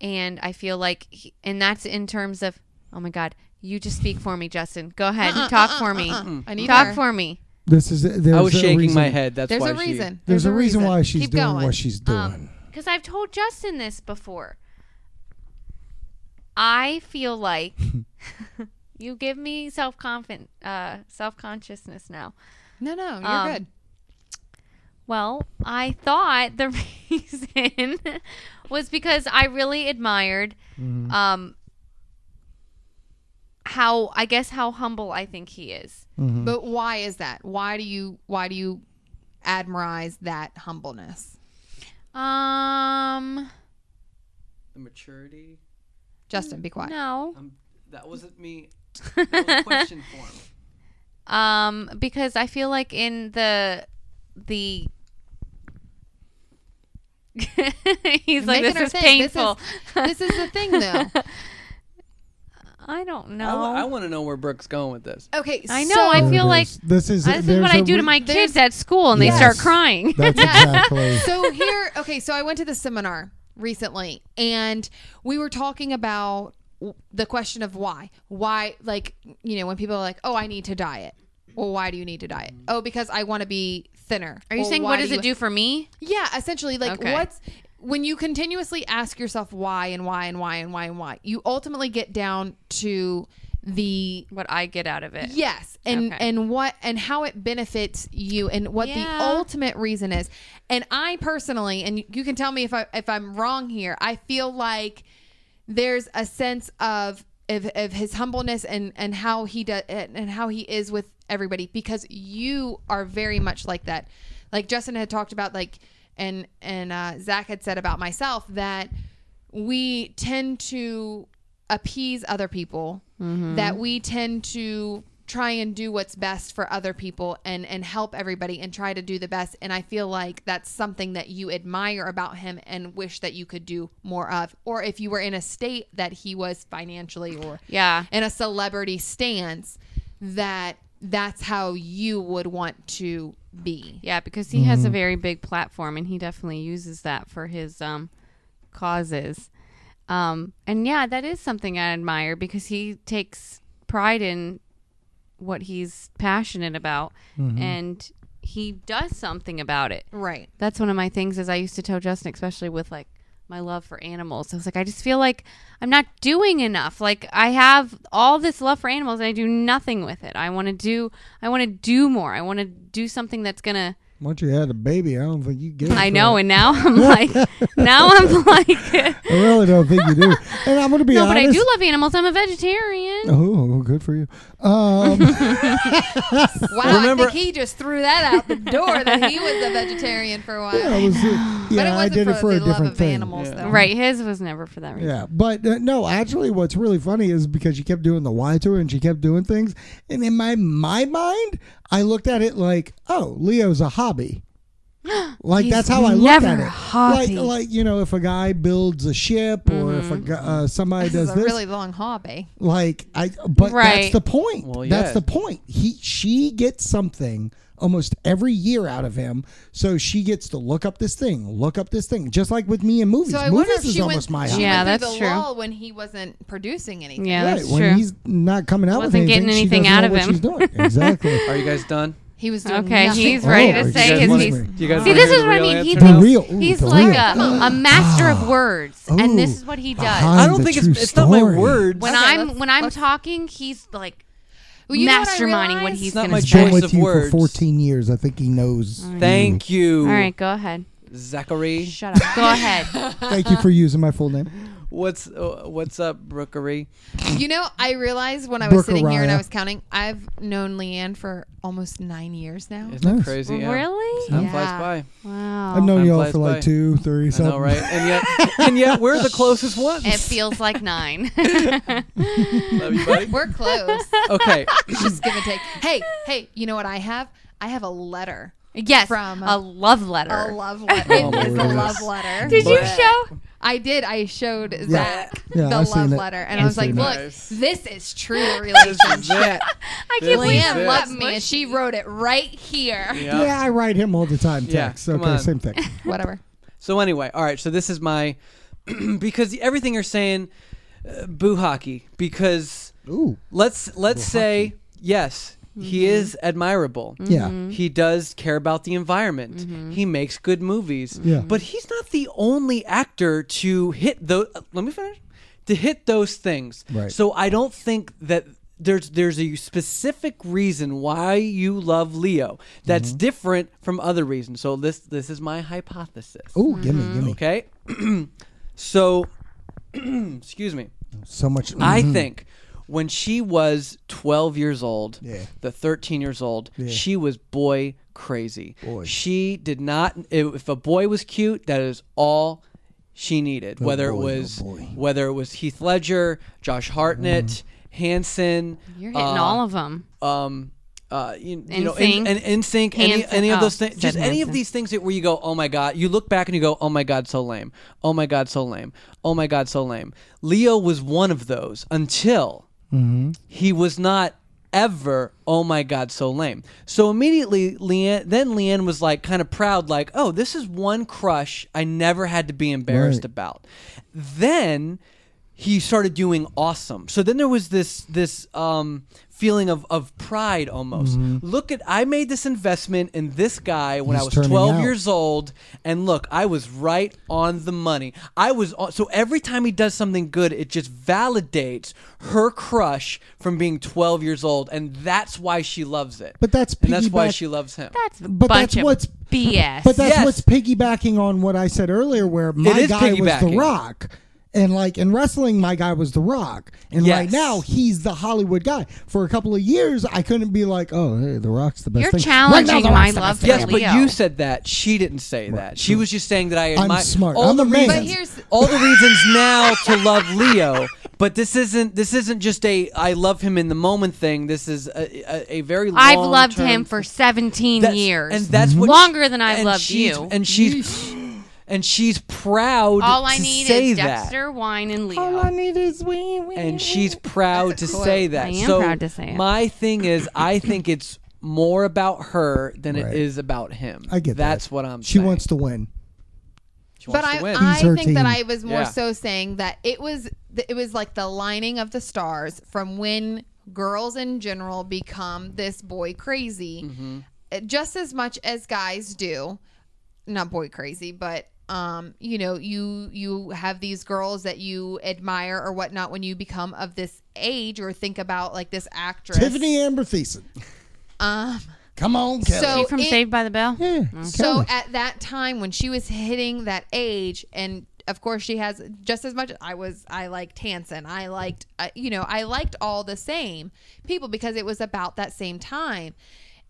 And I feel like, he, and that's in terms of, oh my God, you just speak for me, Justin. Go ahead and talk for me. I need Talk her. for me. this is there's I was a shaking reason- my head. That's There's why a reason. There's, a, reason, why she's Keep doing going. what she's doing. Because I've told Justin this before. I feel like you give me self confident, uh, self consciousness now. No, no, you're Um, good. Well, I thought the (laughs) reason was because I really admired um, how I guess how humble I think he is. Mm-hmm. But why is that? Why do you why do you admirize that humbleness? Um, The maturity. Justin, be quiet. no, Um, that wasn't (laughs) me. That was question form. um, because I feel like in the the (laughs) he's making like this her is think. This is- painful. (laughs) This is the thing though. (laughs) I don't I, know. I want to know where Brooke's going with this. Okay, I know, so- I feel There it like- is. this is this is there's what I a do to re- my kids at school, and Yes. they start crying. That's exactly. so here okay so i went to the seminar recently and we were talking about w- the question of why why like you know when people are like oh i need to diet well why do you need to diet oh because i want to be thinner Are you saying what does it do for me? yeah essentially like Okay. what's when you continuously ask yourself why and why and why and why and why you ultimately get down to the What I get out of it. Yes, and Okay. and what and how it benefits you, and what Yeah. the ultimate reason is. And I personally, and you- you can tell me if I if I'm wrong here. I feel like there's a sense of of, of his humbleness and and how he does and how he is with everybody because you are very much like that. Like Justin had talked about, like and and uh, Zach had said about myself that we tend to appease other people that we tend to try and do what's best for other people and and help everybody and try to do the best and i feel like that's something that you admire about him and wish that you could do more of or if you were in a state that he was financially or Yeah. in a celebrity stance that that's how you would want to be Yeah, because he has a very big platform and he definitely uses that for his um causes. Um and yeah, that is something I admire because he takes pride in what he's passionate about and he does something about it. right That's one of my things is I used to tell Justin, especially with like my love for animals. I was like, I just feel like I'm not doing enough. Like I have all this love for animals and I do nothing with it. I want to do I want to do more. I want to do something that's going to Once you had a baby, I don't think you get. I know, and now I'm like, now (laughs) I'm like, (laughs) I really don't think you do. And I'm gonna be no, but honest. I do love animals. I'm a vegetarian. Oh, good for you. (laughs) Um, wow Remember- i think he just threw that out the door that he was a vegetarian for a while I was, uh, yeah, but it wasn't I did for, it for the a love different of thing. animals Yeah. though Right, his was never for that reason. Yeah, but uh, no, actually, what's really funny is because she kept doing the Y tour and she kept doing things, and in my my mind, I looked at it like, oh, Leo's (gasps) a hobby. Like He's that's how I looked never at it. a hobby. Like, like you know, if a guy builds a ship or if a, gu- uh, somebody Mm-hmm. this does is a this, really long hobby like I. But that's Right. the point. Well, That's yeah. the point. He she gets something almost every year out of him, so she gets to look up this thing, look up this thing, just like with me in movies. So I wonder movies if is she went, almost my she hobby. Yeah, went through that's the true. lull when he wasn't producing anything. Yeah, Right, that's when true. he's not coming out with Wasn't anything, getting anything she doesn't out know of what him. she's doing. (laughs) Exactly. Are you guys done? He was doing Okay, nothing. he's Oh, ready to excuse say his me. piece. Do you guys See, wanna this hear is the what I real mean. He answer now? thinks real- ooh, he's the like real. Ah. Oh. a, a master of words, and this is what he does. Behind- I Find don't the think it's true it's not my story. words. When Okay, I'm let's- when I'm let's- talking, he's like Well, you know what I masterminding what realized? he's It's not going my to He's say. been choice with of you words. for 14 years. I think he Oh, knows. Mm. Thank you. All right, go ahead. Zachary. Shut up. Go ahead. Thank you for using my full (laughs) name. What's uh, what's up, Brookery? You know, I realized when I was sitting here and I Brookeraya. was counting, I've known Leanne for almost nine years now. Isn't that Nice. crazy? Yeah. really? Time Yeah. flies by. Wow. I've known Time y'all flies for by. like two, three, I something. know, right? And yet, and yet, we're the closest ones. It feels like (laughs) nine. (laughs) Love you, (laughs) buddy. We're close. Okay. Just give and take. Hey, hey, you know what I have? I have a letter Yes, From- a love letter. A love letter. it is a goodness. love letter. Did you But- show? I did. I showed Zach Yeah, the I've seen love it. letter, and I've I was like, seen it. "Look, Nice. this is (laughs) true relationship." it. I can't believe This is Liam it. that loves much. me, and she wrote it right here. Yeah. (laughs) Yeah, I write him all the time. Yeah, Text. come okay, on. same (laughs) thing. Whatever. So anyway, all right. So this is my (clears throat) because everything you're saying, uh, boo hockey. Because Ooh, let's let's say yes, he is admirable. yeah. He does care about the environment. He makes good movies. Yeah. Mm-hmm. But he's not the only actor to hit those. Let me finish. To hit those things. Right. So I don't think that there's there's a specific reason why you love Leo that's Mm-hmm. different from other reasons. So this this is my hypothesis. Ooh, gimme, gimme. Okay. (clears throat) so, (clears throat) excuse me. So much. I think when she was 12 years old, Yeah. the 13 years old, she was boy crazy. Boy. She did not. If a boy was cute, that is all she needed. whether boy, it oh was boy. Mm-hmm. whether it was Heath Ledger, Josh Hartnett, Hanson. You're hitting all of them. um uh, you, you know, NSYNC. and in sync, any, Hanson. any of Oh, those things, said just any of Hanson. these things that where you go, oh my god, you look back and you go, oh my god, so lame, oh my god, so lame, oh my god, so lame. Leo was one of those until he was not ever oh my god so lame so immediately leanne then leanne was like kind of proud like oh this is one crush i never had to be embarrassed Right. about then he started doing awesome so then there was this this um feeling of of pride almost look at i made this investment in this guy Mm-hmm. when He's i was turning 12 out. years old and look i was right on the money i was on, so every time he does something good it just validates her crush from being 12 years old and that's why she loves it But that's and that's why piggyback- she loves him That's a But bunch that's of what's- BS. But that's Yes. what's piggybacking on what I said earlier, where my is guy was The piggybacking. Rock. And like in wrestling, my guy was The Rock. And right Yes. now, he's the Hollywood guy. For a couple of years, I couldn't be like, oh, hey, The Rock's the best You're thing. challenging right now, The my Rock's the best love for thing. Yes, Leo. but you said that. She didn't say that. She was just saying that I I'm admire. smart. All I'm the a man. reasons, But here's- all the reasons now to love Leo. But this isn't. This isn't just a I love him in the moment thing. This is a, a, a very. Long I've loved him for 17 years. and that's what longer than I've and loved she's- you. And she's and she's proud. All I to need say is that. Dexter, wine, and Leo. All I need is we, we. and she's proud to say that. I am so proud to say it. My thing is, I think it's more about her than Right. it is about him. I get that. That's what I'm. She saying. wants to win. She But wants to I, win. I He's her think that team. I was more Yeah. so saying that it was th- it was like the lining of the stars from when girls in general become this boy crazy, Mm-hmm. Uh, just as much as guys do. Not boy crazy, but um, you know, you you have these girls that you admire or whatnot when you become of this age or think about like this actress. Tiffany Amber Thiessen. Um, Come on, Kelly. so She from it- Saved by the Bell? yeah, so Kelly. at that time when she was hitting that age and of course she has just as much i was i liked hanson i liked uh, you know i liked all the same people because it was about that same time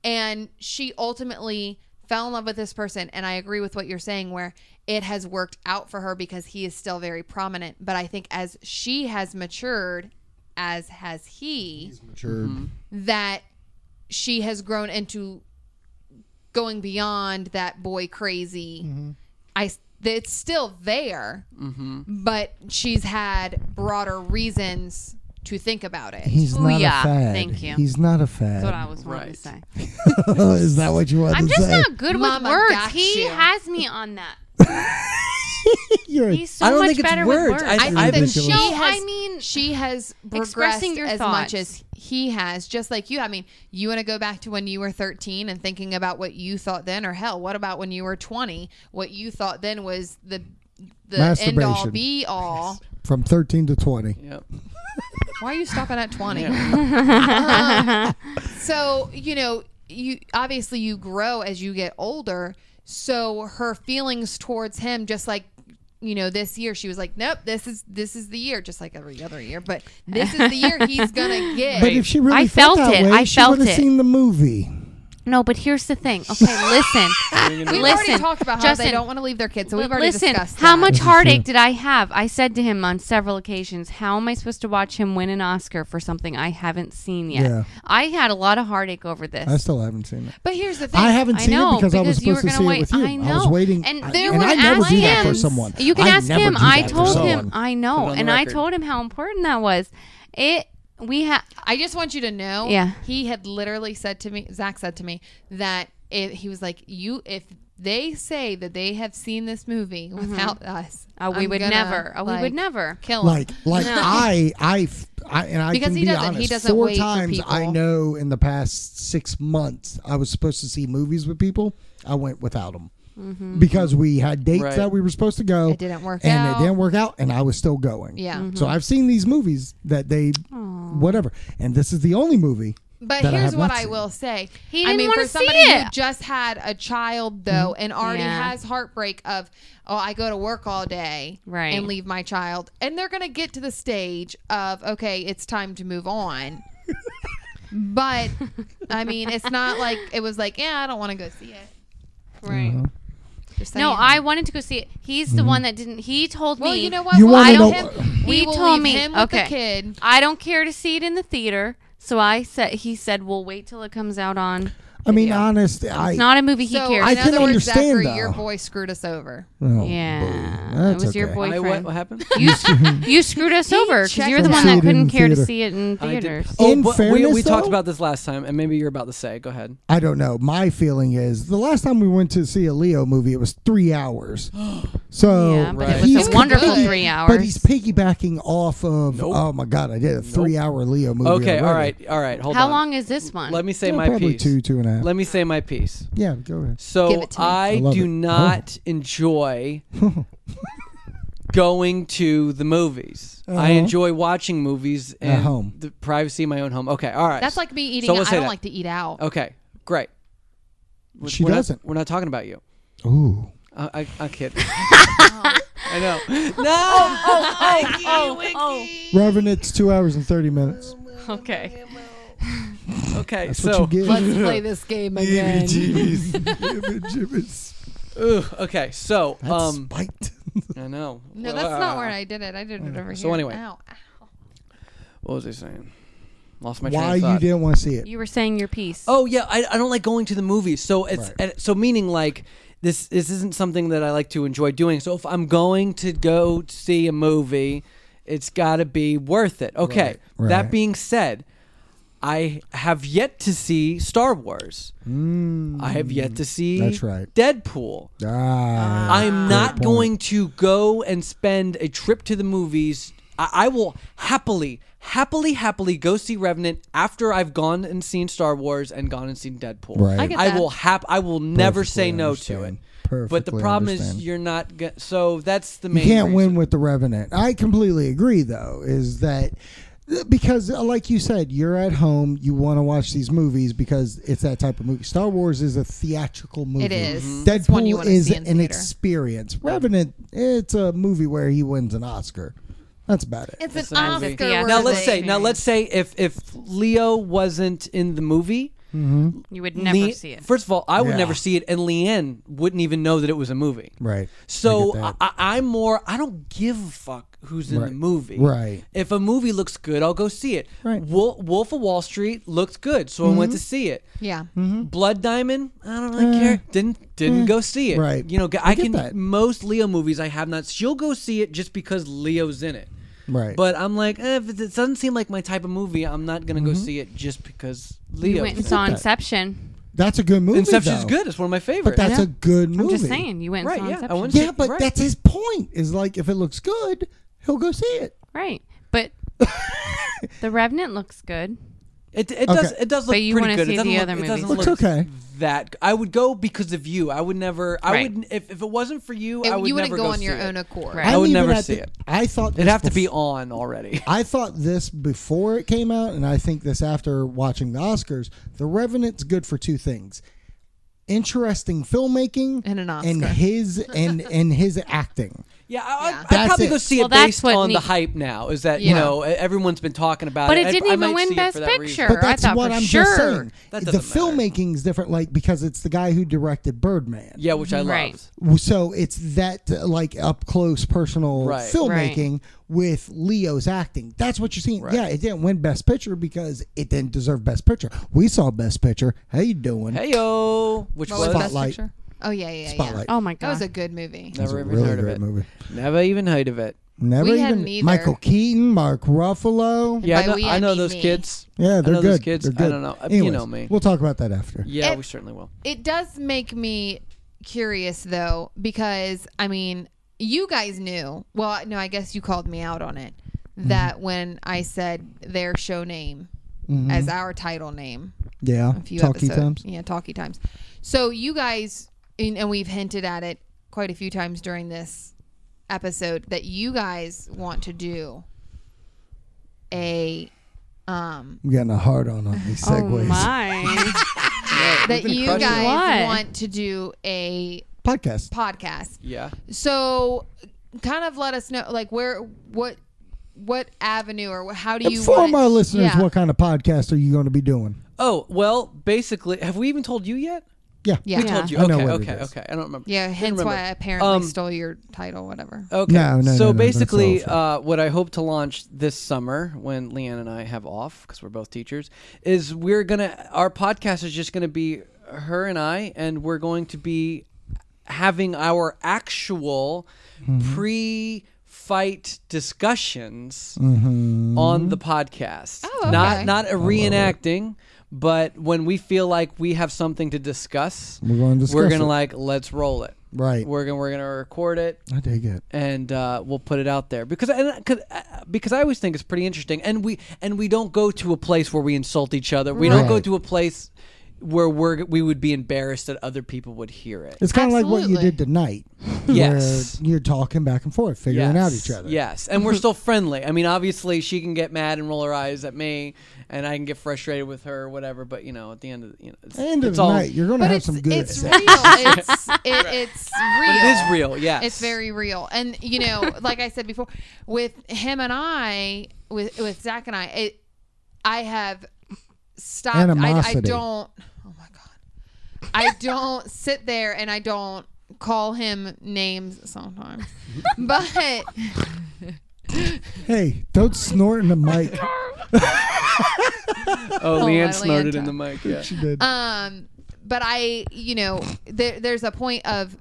and she ultimately fell in love with this person and i agree with what you're saying where it has worked out for her because he is still very prominent but i think as she has matured as has he Sure. Mm-hmm. that she has grown into going beyond that boy crazy. Mm-hmm. I it's still there, Mm-hmm. but she's had broader reasons to think about it. He's not Booyah. a fad. Thank you. He's not a fad. That's what I was wanting to Right. say. (laughs) is that what you want I'm to just say? not good Mama with words. got He you. has me on that. (laughs) You're a He's so I don't much think it's better words. with words. I I think I've that been- she no, has. I mean, she has progressed Expressing your as much thoughts. as he has, just like you. I mean, you want to go back to when you were 13 and thinking about what you thought then, or hell, what about when you were 20? What you thought then was the the end all Masturbation. be all. from 13 to 20. Yep. Why are you stopping at 20? Yeah. (laughs) So, you know, you obviously you grow as you get older. So her feelings towards him just like you know, this year she was like, "Nope, this is this is the year," just like every other year. But this is the year he's gonna get. (laughs) But if she really I felt, felt that it. way, I she felt would have it. seen the movie. No, but here's the thing. Okay, listen. We've already Listen, talked about how Justin, they don't want to leave their kids, so we've But already listen, discussed how that. much This is heartache true. did I have? I said to him on several occasions, "How am I supposed to watch him win an Oscar for something I haven't seen yet?" Yeah. I had a lot of heartache over this. I still haven't seen it. But here's the thing. I haven't I seen know, it because I was because you supposed were to see gonna it with wait- you. I was know. waiting, And I- they and were I never do asking that for him- someone. You can I ask never him. do I that for told someone. him. I Put it know, on and the I record. told him how important that was. It. We have. I just want you to know. Yeah. He had literally said to me, Zach said to me that if he was like, you, if they say that they have seen this movie without us, Mm-hmm. Oh, we I'm would gonna, never. Oh, we like, would never. kill him. Like, (laughs) like No. I, I, f- I- and I Because can he be doesn't- he honest. doesn't four wait for times I people. know in the past six months I was supposed to see movies with people. I went without them because we had dates Right. that we were supposed to go. Mm-hmm. It didn't work and out. it didn't work out, and I was still going. Yeah. Mhm. So I've seen these movies that they, whatever, and this is the only movie. But that I here's have what not I seen. will say. He I didn't mean, wanna for see somebody who it. Mm-hmm. just had a child though, and already Yeah. has heartbreak of, oh, I go to work all day, Right. and leave my child, and they're gonna get to the stage of, okay, it's time to move on. (laughs) but I mean, it's not like it was like, yeah, I don't want to go see it. Right. Mm-hmm. Just No, saying. I wanted to go see it. He's Mm-hmm. the one that didn't. He told Well, me. you know what? You We'll wanna leave know- him- we He will told leave me. him with Okay. the kid. I don't care to see it in the theater. So I said, he said, we'll wait till it comes out on. I mean, video." honest, I. It's not a movie he So, cares. I in can other words, understand, Zachary, though. your boy screwed us over. oh, yeah, boy, that's it was your okay. I, what, boyfriend. what (laughs) happened? you, (laughs) you screwed us over because checked you're the us one out. that couldn't See it in care to theater. see it in I did- theaters. Oh, In but we, fairness, we talked though- about this last time, and maybe you're about to say. it. Go ahead. I don't know. My feeling is the last time we went to see a Leo movie, it was (gasps) three hours. So Yeah, but it was Oh, he's a completely- wonderful three But he's hours. piggybacking off of. Nope. Oh my God, I did a three-hour Leo movie. Okay. All already. right. All right. Hold How on. long is this one? Let me say Yeah, my probably piece. two, two and a half. Let me say my piece. yeah, go ahead. Give So it to me. I, I love do it. not (laughs) enjoy going to the movies. I Uh-huh. enjoy watching movies and home. the privacy of my own home. Okay, all right. That's like me eating. So out. we'll I say don't that. like to eat out. okay, great. We're- She we're not- doesn't. we're not talking about you. Ooh. I, I, I kid. (laughs) (laughs) I know. No. Oh, oh, oh, Reverend, it's two hours and thirty minutes. Okay. oh. Okay. That's so. what you (laughs) Let's get. (laughs) play this game E again. Jibbies. Ooh, okay. So. That's um. (laughs) spiked. I know. No, that's not where I did it. I did it over here. Mm. So anyway. Ow, ow. What was I saying? Lost my train Why of you thought. didn't want to see it? You were saying your piece. Oh yeah, I, I don't like going to the movies. So it's Right. and- so meaning like this this isn't something that I like to enjoy doing. So if I'm going to go see a movie, it's got to be worth it. Okay. Right, That right. being said, I have yet to see Star Wars. Mm. I have yet to see That's right. Deadpool. Ah, I'm not point. going to go and spend a trip to the movies. I, I will happily, happily, happily go see Revenant after I've gone and seen Star Wars and gone and seen Deadpool. Right. I get I that. will hap. I will never Perfectly say no to it. understand. but the Perfectly problem understand. is you're not. Go- so that's the you main. can't win reason. with the revenant. I completely agree, though, is that because, uh, like you said, you're at home, you want to watch these movies because it's that type of movie. Star Wars is a theatrical movie. is. Mm-hmm. Mhm. It's one you Deadpool wanna is see in an theater. experience. Revenant, it's a movie where he wins an Oscar. That's about it. It's, It's an an Oscar Oscar. movie. Now with let's the say. Now experience. let's say if if Leo wasn't in the movie. you would never Lee- see it. First of all, I would Yeah. never see it, and Leanne wouldn't even know that it was a movie. Right. So I I get I, I'm more. I don't give a fuck who's in Right. the movie. Right. If a movie looks good, I'll go see it. Right. Wolf, Wolf of Wall Street looked good, so I went Mm-hmm. to see it. Yeah. Blood Diamond, I don't really care. Didn't didn't go see it. Eh. Right. You know, g- I I, get can that. most Leo movies I have not. She'll go see it just because Leo's in it. Right. But I'm like, eh, if it doesn't seem like my type of movie, I'm not gonna Mm-hmm. go see it just because Leo. You went and saw Inception. that's a good movie. Inception's though. good. It's one of my But favorites. that's a good I'm movie. just saying. You went and Right, saw yeah, I Inception. went- Yeah, but Right. that's his point. Is like if it looks good, he'll go see it. Right. But (laughs) The Revenant looks good. It, it Okay. does it does look But you pretty wanna good. see it doesn't the look, other it doesn't movies. look Looks okay. that g- I would go because of you. I would never. I Right. would if, if it wasn't for you. It- I would you wouldn't never go on see your it. own accord. Right. I I'm would even never at see the- it. I thought It'd this have to bef- be on already. I thought this before it came out, and I think this after watching the Oscars. The Revenant's good for two things: interesting filmmaking And an and Oscar. his and and his acting. Yeah, I, Yeah. I'd, I'd That's probably it. go see Well, it that's based what on ne- the hype now. Is that you Yeah. know everyone's been talking about But it. it I- didn't I even might win see it Best for that reason. Picture. But that's I thought what for I'm sure. just saying. That the doesn't matter. filmmaking's different, like because it's the guy who directed Birdman. Yeah, which I loved. Right. So it's that uh, like up close personal Right. filmmaking with Leo's acting. That's what you're seeing. Yeah, it didn't win Best Picture because it didn't deserve Best Picture. We saw Best Picture. How you doing? Heyo, which What was was Best Spotlight. Picture? Oh yeah, yeah, yeah. Spotlight. Oh my That was god. a good movie. never even really heard of great it. movie. Never even heard of it. Never We hadn't even either. Michael Keaton, Mark Ruffalo. Yeah, By I know, we, I I know mean those me. kids. Yeah, they're I know good. those kids. They're good. I don't know. Uh, you Anyways, know me. We'll talk about that after. Yeah, It- we certainly will. It does make me curious though, because I mean, you guys knew. Well, no, I guess you called me out on it. Mm-hmm. That when I said their show name Mm-hmm. as our title name, Yeah. a few Talkie episodes. times. Yeah, talkie times. So you guys, and, and we've hinted at it quite a few times during this episode that you guys want to do a um I'm getting a hard on on these oh segues. (laughs) my. that been you crushing it. guys What? want to do a Podcast. podcast. Yeah. So kind of let us know like where what what avenue or wh- how do you Inform want- our listeners yeah. what kind of podcast are you going to be doing? Oh well, basically, have we even told you yet? Yeah. yeah. We Told you. I Okay, know what it okay, is. okay. I don't remember. yeah, Didn't hence remember. why I apparently Um, stole your title, whatever. Okay. No, no, no, So no, that's basically, awful. uh, what I hope to launch this summer, when Leanne and I have off, because we're both teachers, is we're gonna our podcast is just gonna be her and I, and we're going to be having our actual Mm-hmm. pre-fight discussions Mm-hmm. on the podcast. Oh, okay. Not not a reenacting. But when we feel like we have something to discuss, We're gonna discuss we're gonna it. like let's roll it. Right. We're gonna we're gonna record it I dig it. and uh, we'll put it out there because and, 'cause, uh, because I always think it's pretty interesting, and we and we don't go to a place where we insult each other. We don't go Right. to a place where we're we would be embarrassed that other people would hear it. It's kind of like what you Absolutely. did tonight. Yes. Where you're talking back and forth, figuring out each other. Yes, (laughs) and we're still friendly. I mean, obviously, she can get mad and roll her eyes at me, and I can get frustrated with her, or whatever. But you know, at the end of the, you know, it's, End of it's the all night, you're going to But have it's some good. it's sex. real. (laughs) It's it, it's real. it is real. Yes, It's very real. And you know, like I said before, with him and I, with with Zach and I, it, I have stopped. I, I Animosity. don't. Oh my god. I don't sit there and I don't call him names sometimes, (laughs) but Hey, don't snort in (laughs) the mic. Oh, Leanne my snorted Leanta. in the mic. (laughs) Yeah. She did. um, but I, you know, there, there's a point of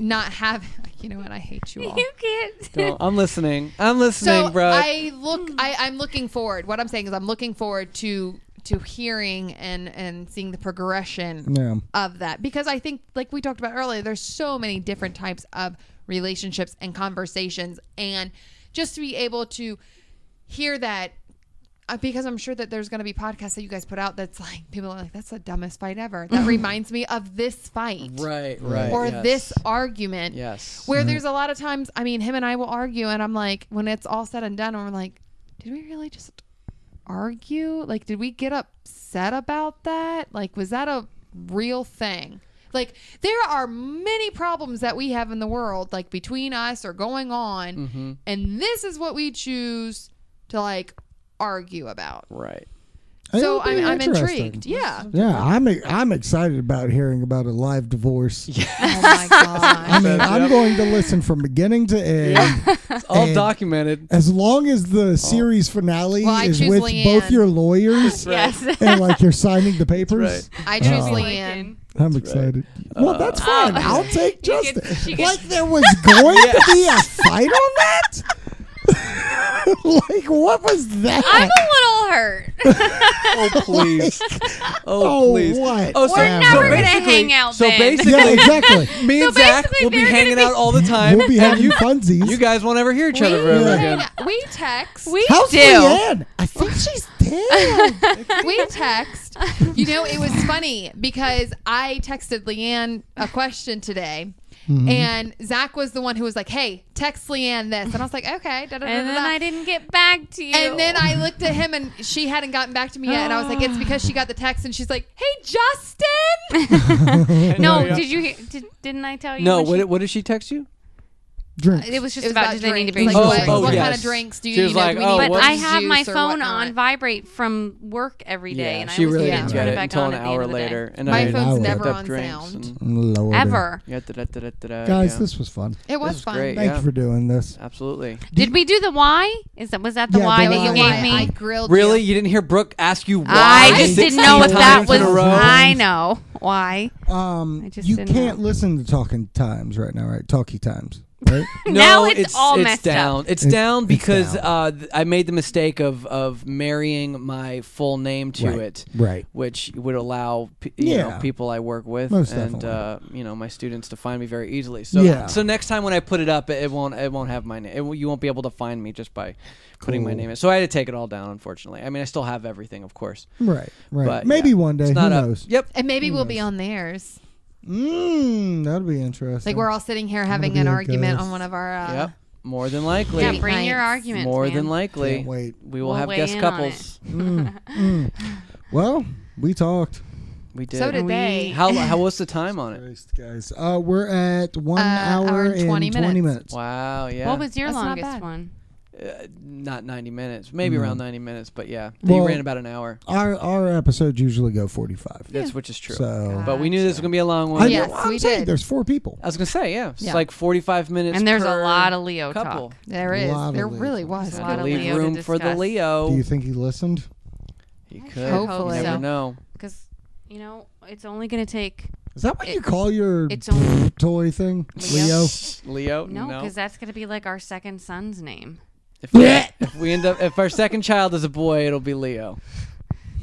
not having. (laughs) You know what? I hate you all. you (laughs) can't. Well, I'm listening. I'm listening, so bro. I look I, I'm looking forward. What I'm saying is I'm looking forward to to hearing and and seeing the progression Yeah. of that because I think like we talked about earlier, there's so many different types of relationships and conversations and just to be able to hear that uh, because I'm sure that there's going to be podcasts that you guys put out that's like people are like that's the dumbest fight ever. (laughs) That reminds me of this fight right, right. or yes. this argument. Yes. Where Mm-hmm. there's a lot of times, I mean, him and I will argue, and I'm like, when it's all said and done, we're like, did we really just argue? Like, did we get upset about that? Like, was that a real thing? Like, there are many problems that we have in the world, like between us or going on, Mm-hmm. and this is what we choose to like argue about. Right. So It'll be I'm, I'm interesting. intrigued. Yeah. Yeah, I'm e, I'm excited about hearing about a live (laughs) divorce. Oh (laughs) my I god. mean, I'm going to listen from beginning to end. It's all And- documented. As long as (laughs) Oh. the series finale Well, I is choose with Leanne. both (laughs) your lawyers Yes. and like you're signing the papers, I choose Oh. Leanne. I'm excited. Well, that's (laughs) fine. I'll take gets- Justin. Uh, she gets- (laughs) like there was going to be a fight on that. (laughs) like what was that? I'm a little hurt. (laughs) Oh (laughs) please. Oh, Oh, please. what? Oh, so, We're so never gonna basically- hang out So then. (laughs) basically, yeah, exactly. (laughs) me and So Zach basically will be they're gonna hanging be- out all the time. We'll be having funsies. (laughs) you guys won't ever hear each We, other ever can- again. we text. We How's do. Leanne? I think she's (laughs) dead. we text. You know, it was funny because I texted Leanne a question today. Mm-hmm. And Zach was the one who was like, "Hey, text Leanne this," and I was like, "Okay." Da, da, da, And da, then da." I didn't get back to you. And then I looked at him, and she hadn't gotten back to me yet, and I was like, "It's Oh. because she got the text." And she's like, "Hey, Justin." (laughs) no, did you hear? Did, didn't I tell you? No, when what she- did, what did she text you? Drinks. It was just about, do they need to bring drinks. you Like, something? what, Oh, what yes. kind of drinks do you She was need? Like, like, we oh, need But But what- I have juice my or phone whatnot. on vibrate from work every day, yeah, and she I was really getting didn't to get turn it it back until on an at the end hour of the day. later. And My I phone's picked never up on drinks sound. and- Lord. Ever. yeah, da-da-da-da-da, Guys, yeah. this was fun. It was, was fun. great. Thank Yeah. you for doing this. absolutely. Did we do the why? Is that was that the Yeah, why the that you why. gave I me? grilled Really, you. you didn't hear Brooke ask you why? I just didn't know if 16 that times in was. a row? I know why. Um, I just you didn't can't know. listen to Talking Times right now, right? Talkie Times, right? (laughs) Now it's all messed up. down. It's It's- down it's because down. Uh, th- I made the mistake of of marrying my full name to Right, it, right. Which would allow p- you Yeah. know, people I work with Most and definitely. uh, you know my students to find me very easily. So Yeah. so next time when I put it up, it, it won't it won't have my name. It, w- you won't be able to find me just by putting my Cool. name in. So I had to take it all down. Unfortunately, I mean I still have everything, of course. right, right. But Maybe yeah. one day, It's who not up. knows? Yep. And maybe we'll be on theirs. Mm, that'd be interesting. Like we're all sitting here having be an a argument guest. on one of our. Uh, Yep. More than likely. Yeah, Late bring your nights. arguments. More man. than likely. Can't wait. We will We'll have weigh guest in on it. couples. Mm, well, we talked. We did. So did We- they. How how was the time on it? Christ, guys. Uh, we're at one Uh, hour, and 20 minutes. Wow. Yeah. What was your That's not longest bad. one? uh, not 90 minutes, maybe around 90 minutes, but yeah, Well- Mm. they ran about an hour. Our our episodes usually go 45. That's which is true. So, but we knew this was gonna be a long I, one. Yes, I'm we saying did. there's four people. I was gonna say yeah, it's Yeah. like 45 minutes. And there's a per lot of Leo couple. talk. There is. Lot of There leads. really was. a Had lot to of leave Leo to room for the discuss. Leo. Do you think he listened? he could. sure hope You so. never know. Because you know it's only gonna take Is that what you It- call your it's only- toy thing, Leo? Leo? Leo. no, No. because that's gonna be like our second son's name. if, (laughs) we, if we end up, if our second child is a boy, it'll be Leo.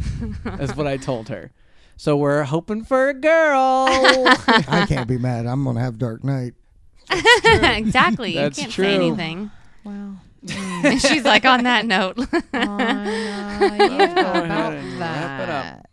(laughs) That's what I told her. So we're hoping for a girl. (laughs) I can't be mad. I'm gonna have Dark Knight. (laughs) exactly. That's you can't true. say anything. Wow. And she's like, on that note. (laughs) (laughs) Oh, no, yeah, go ahead about and wrap it that. up.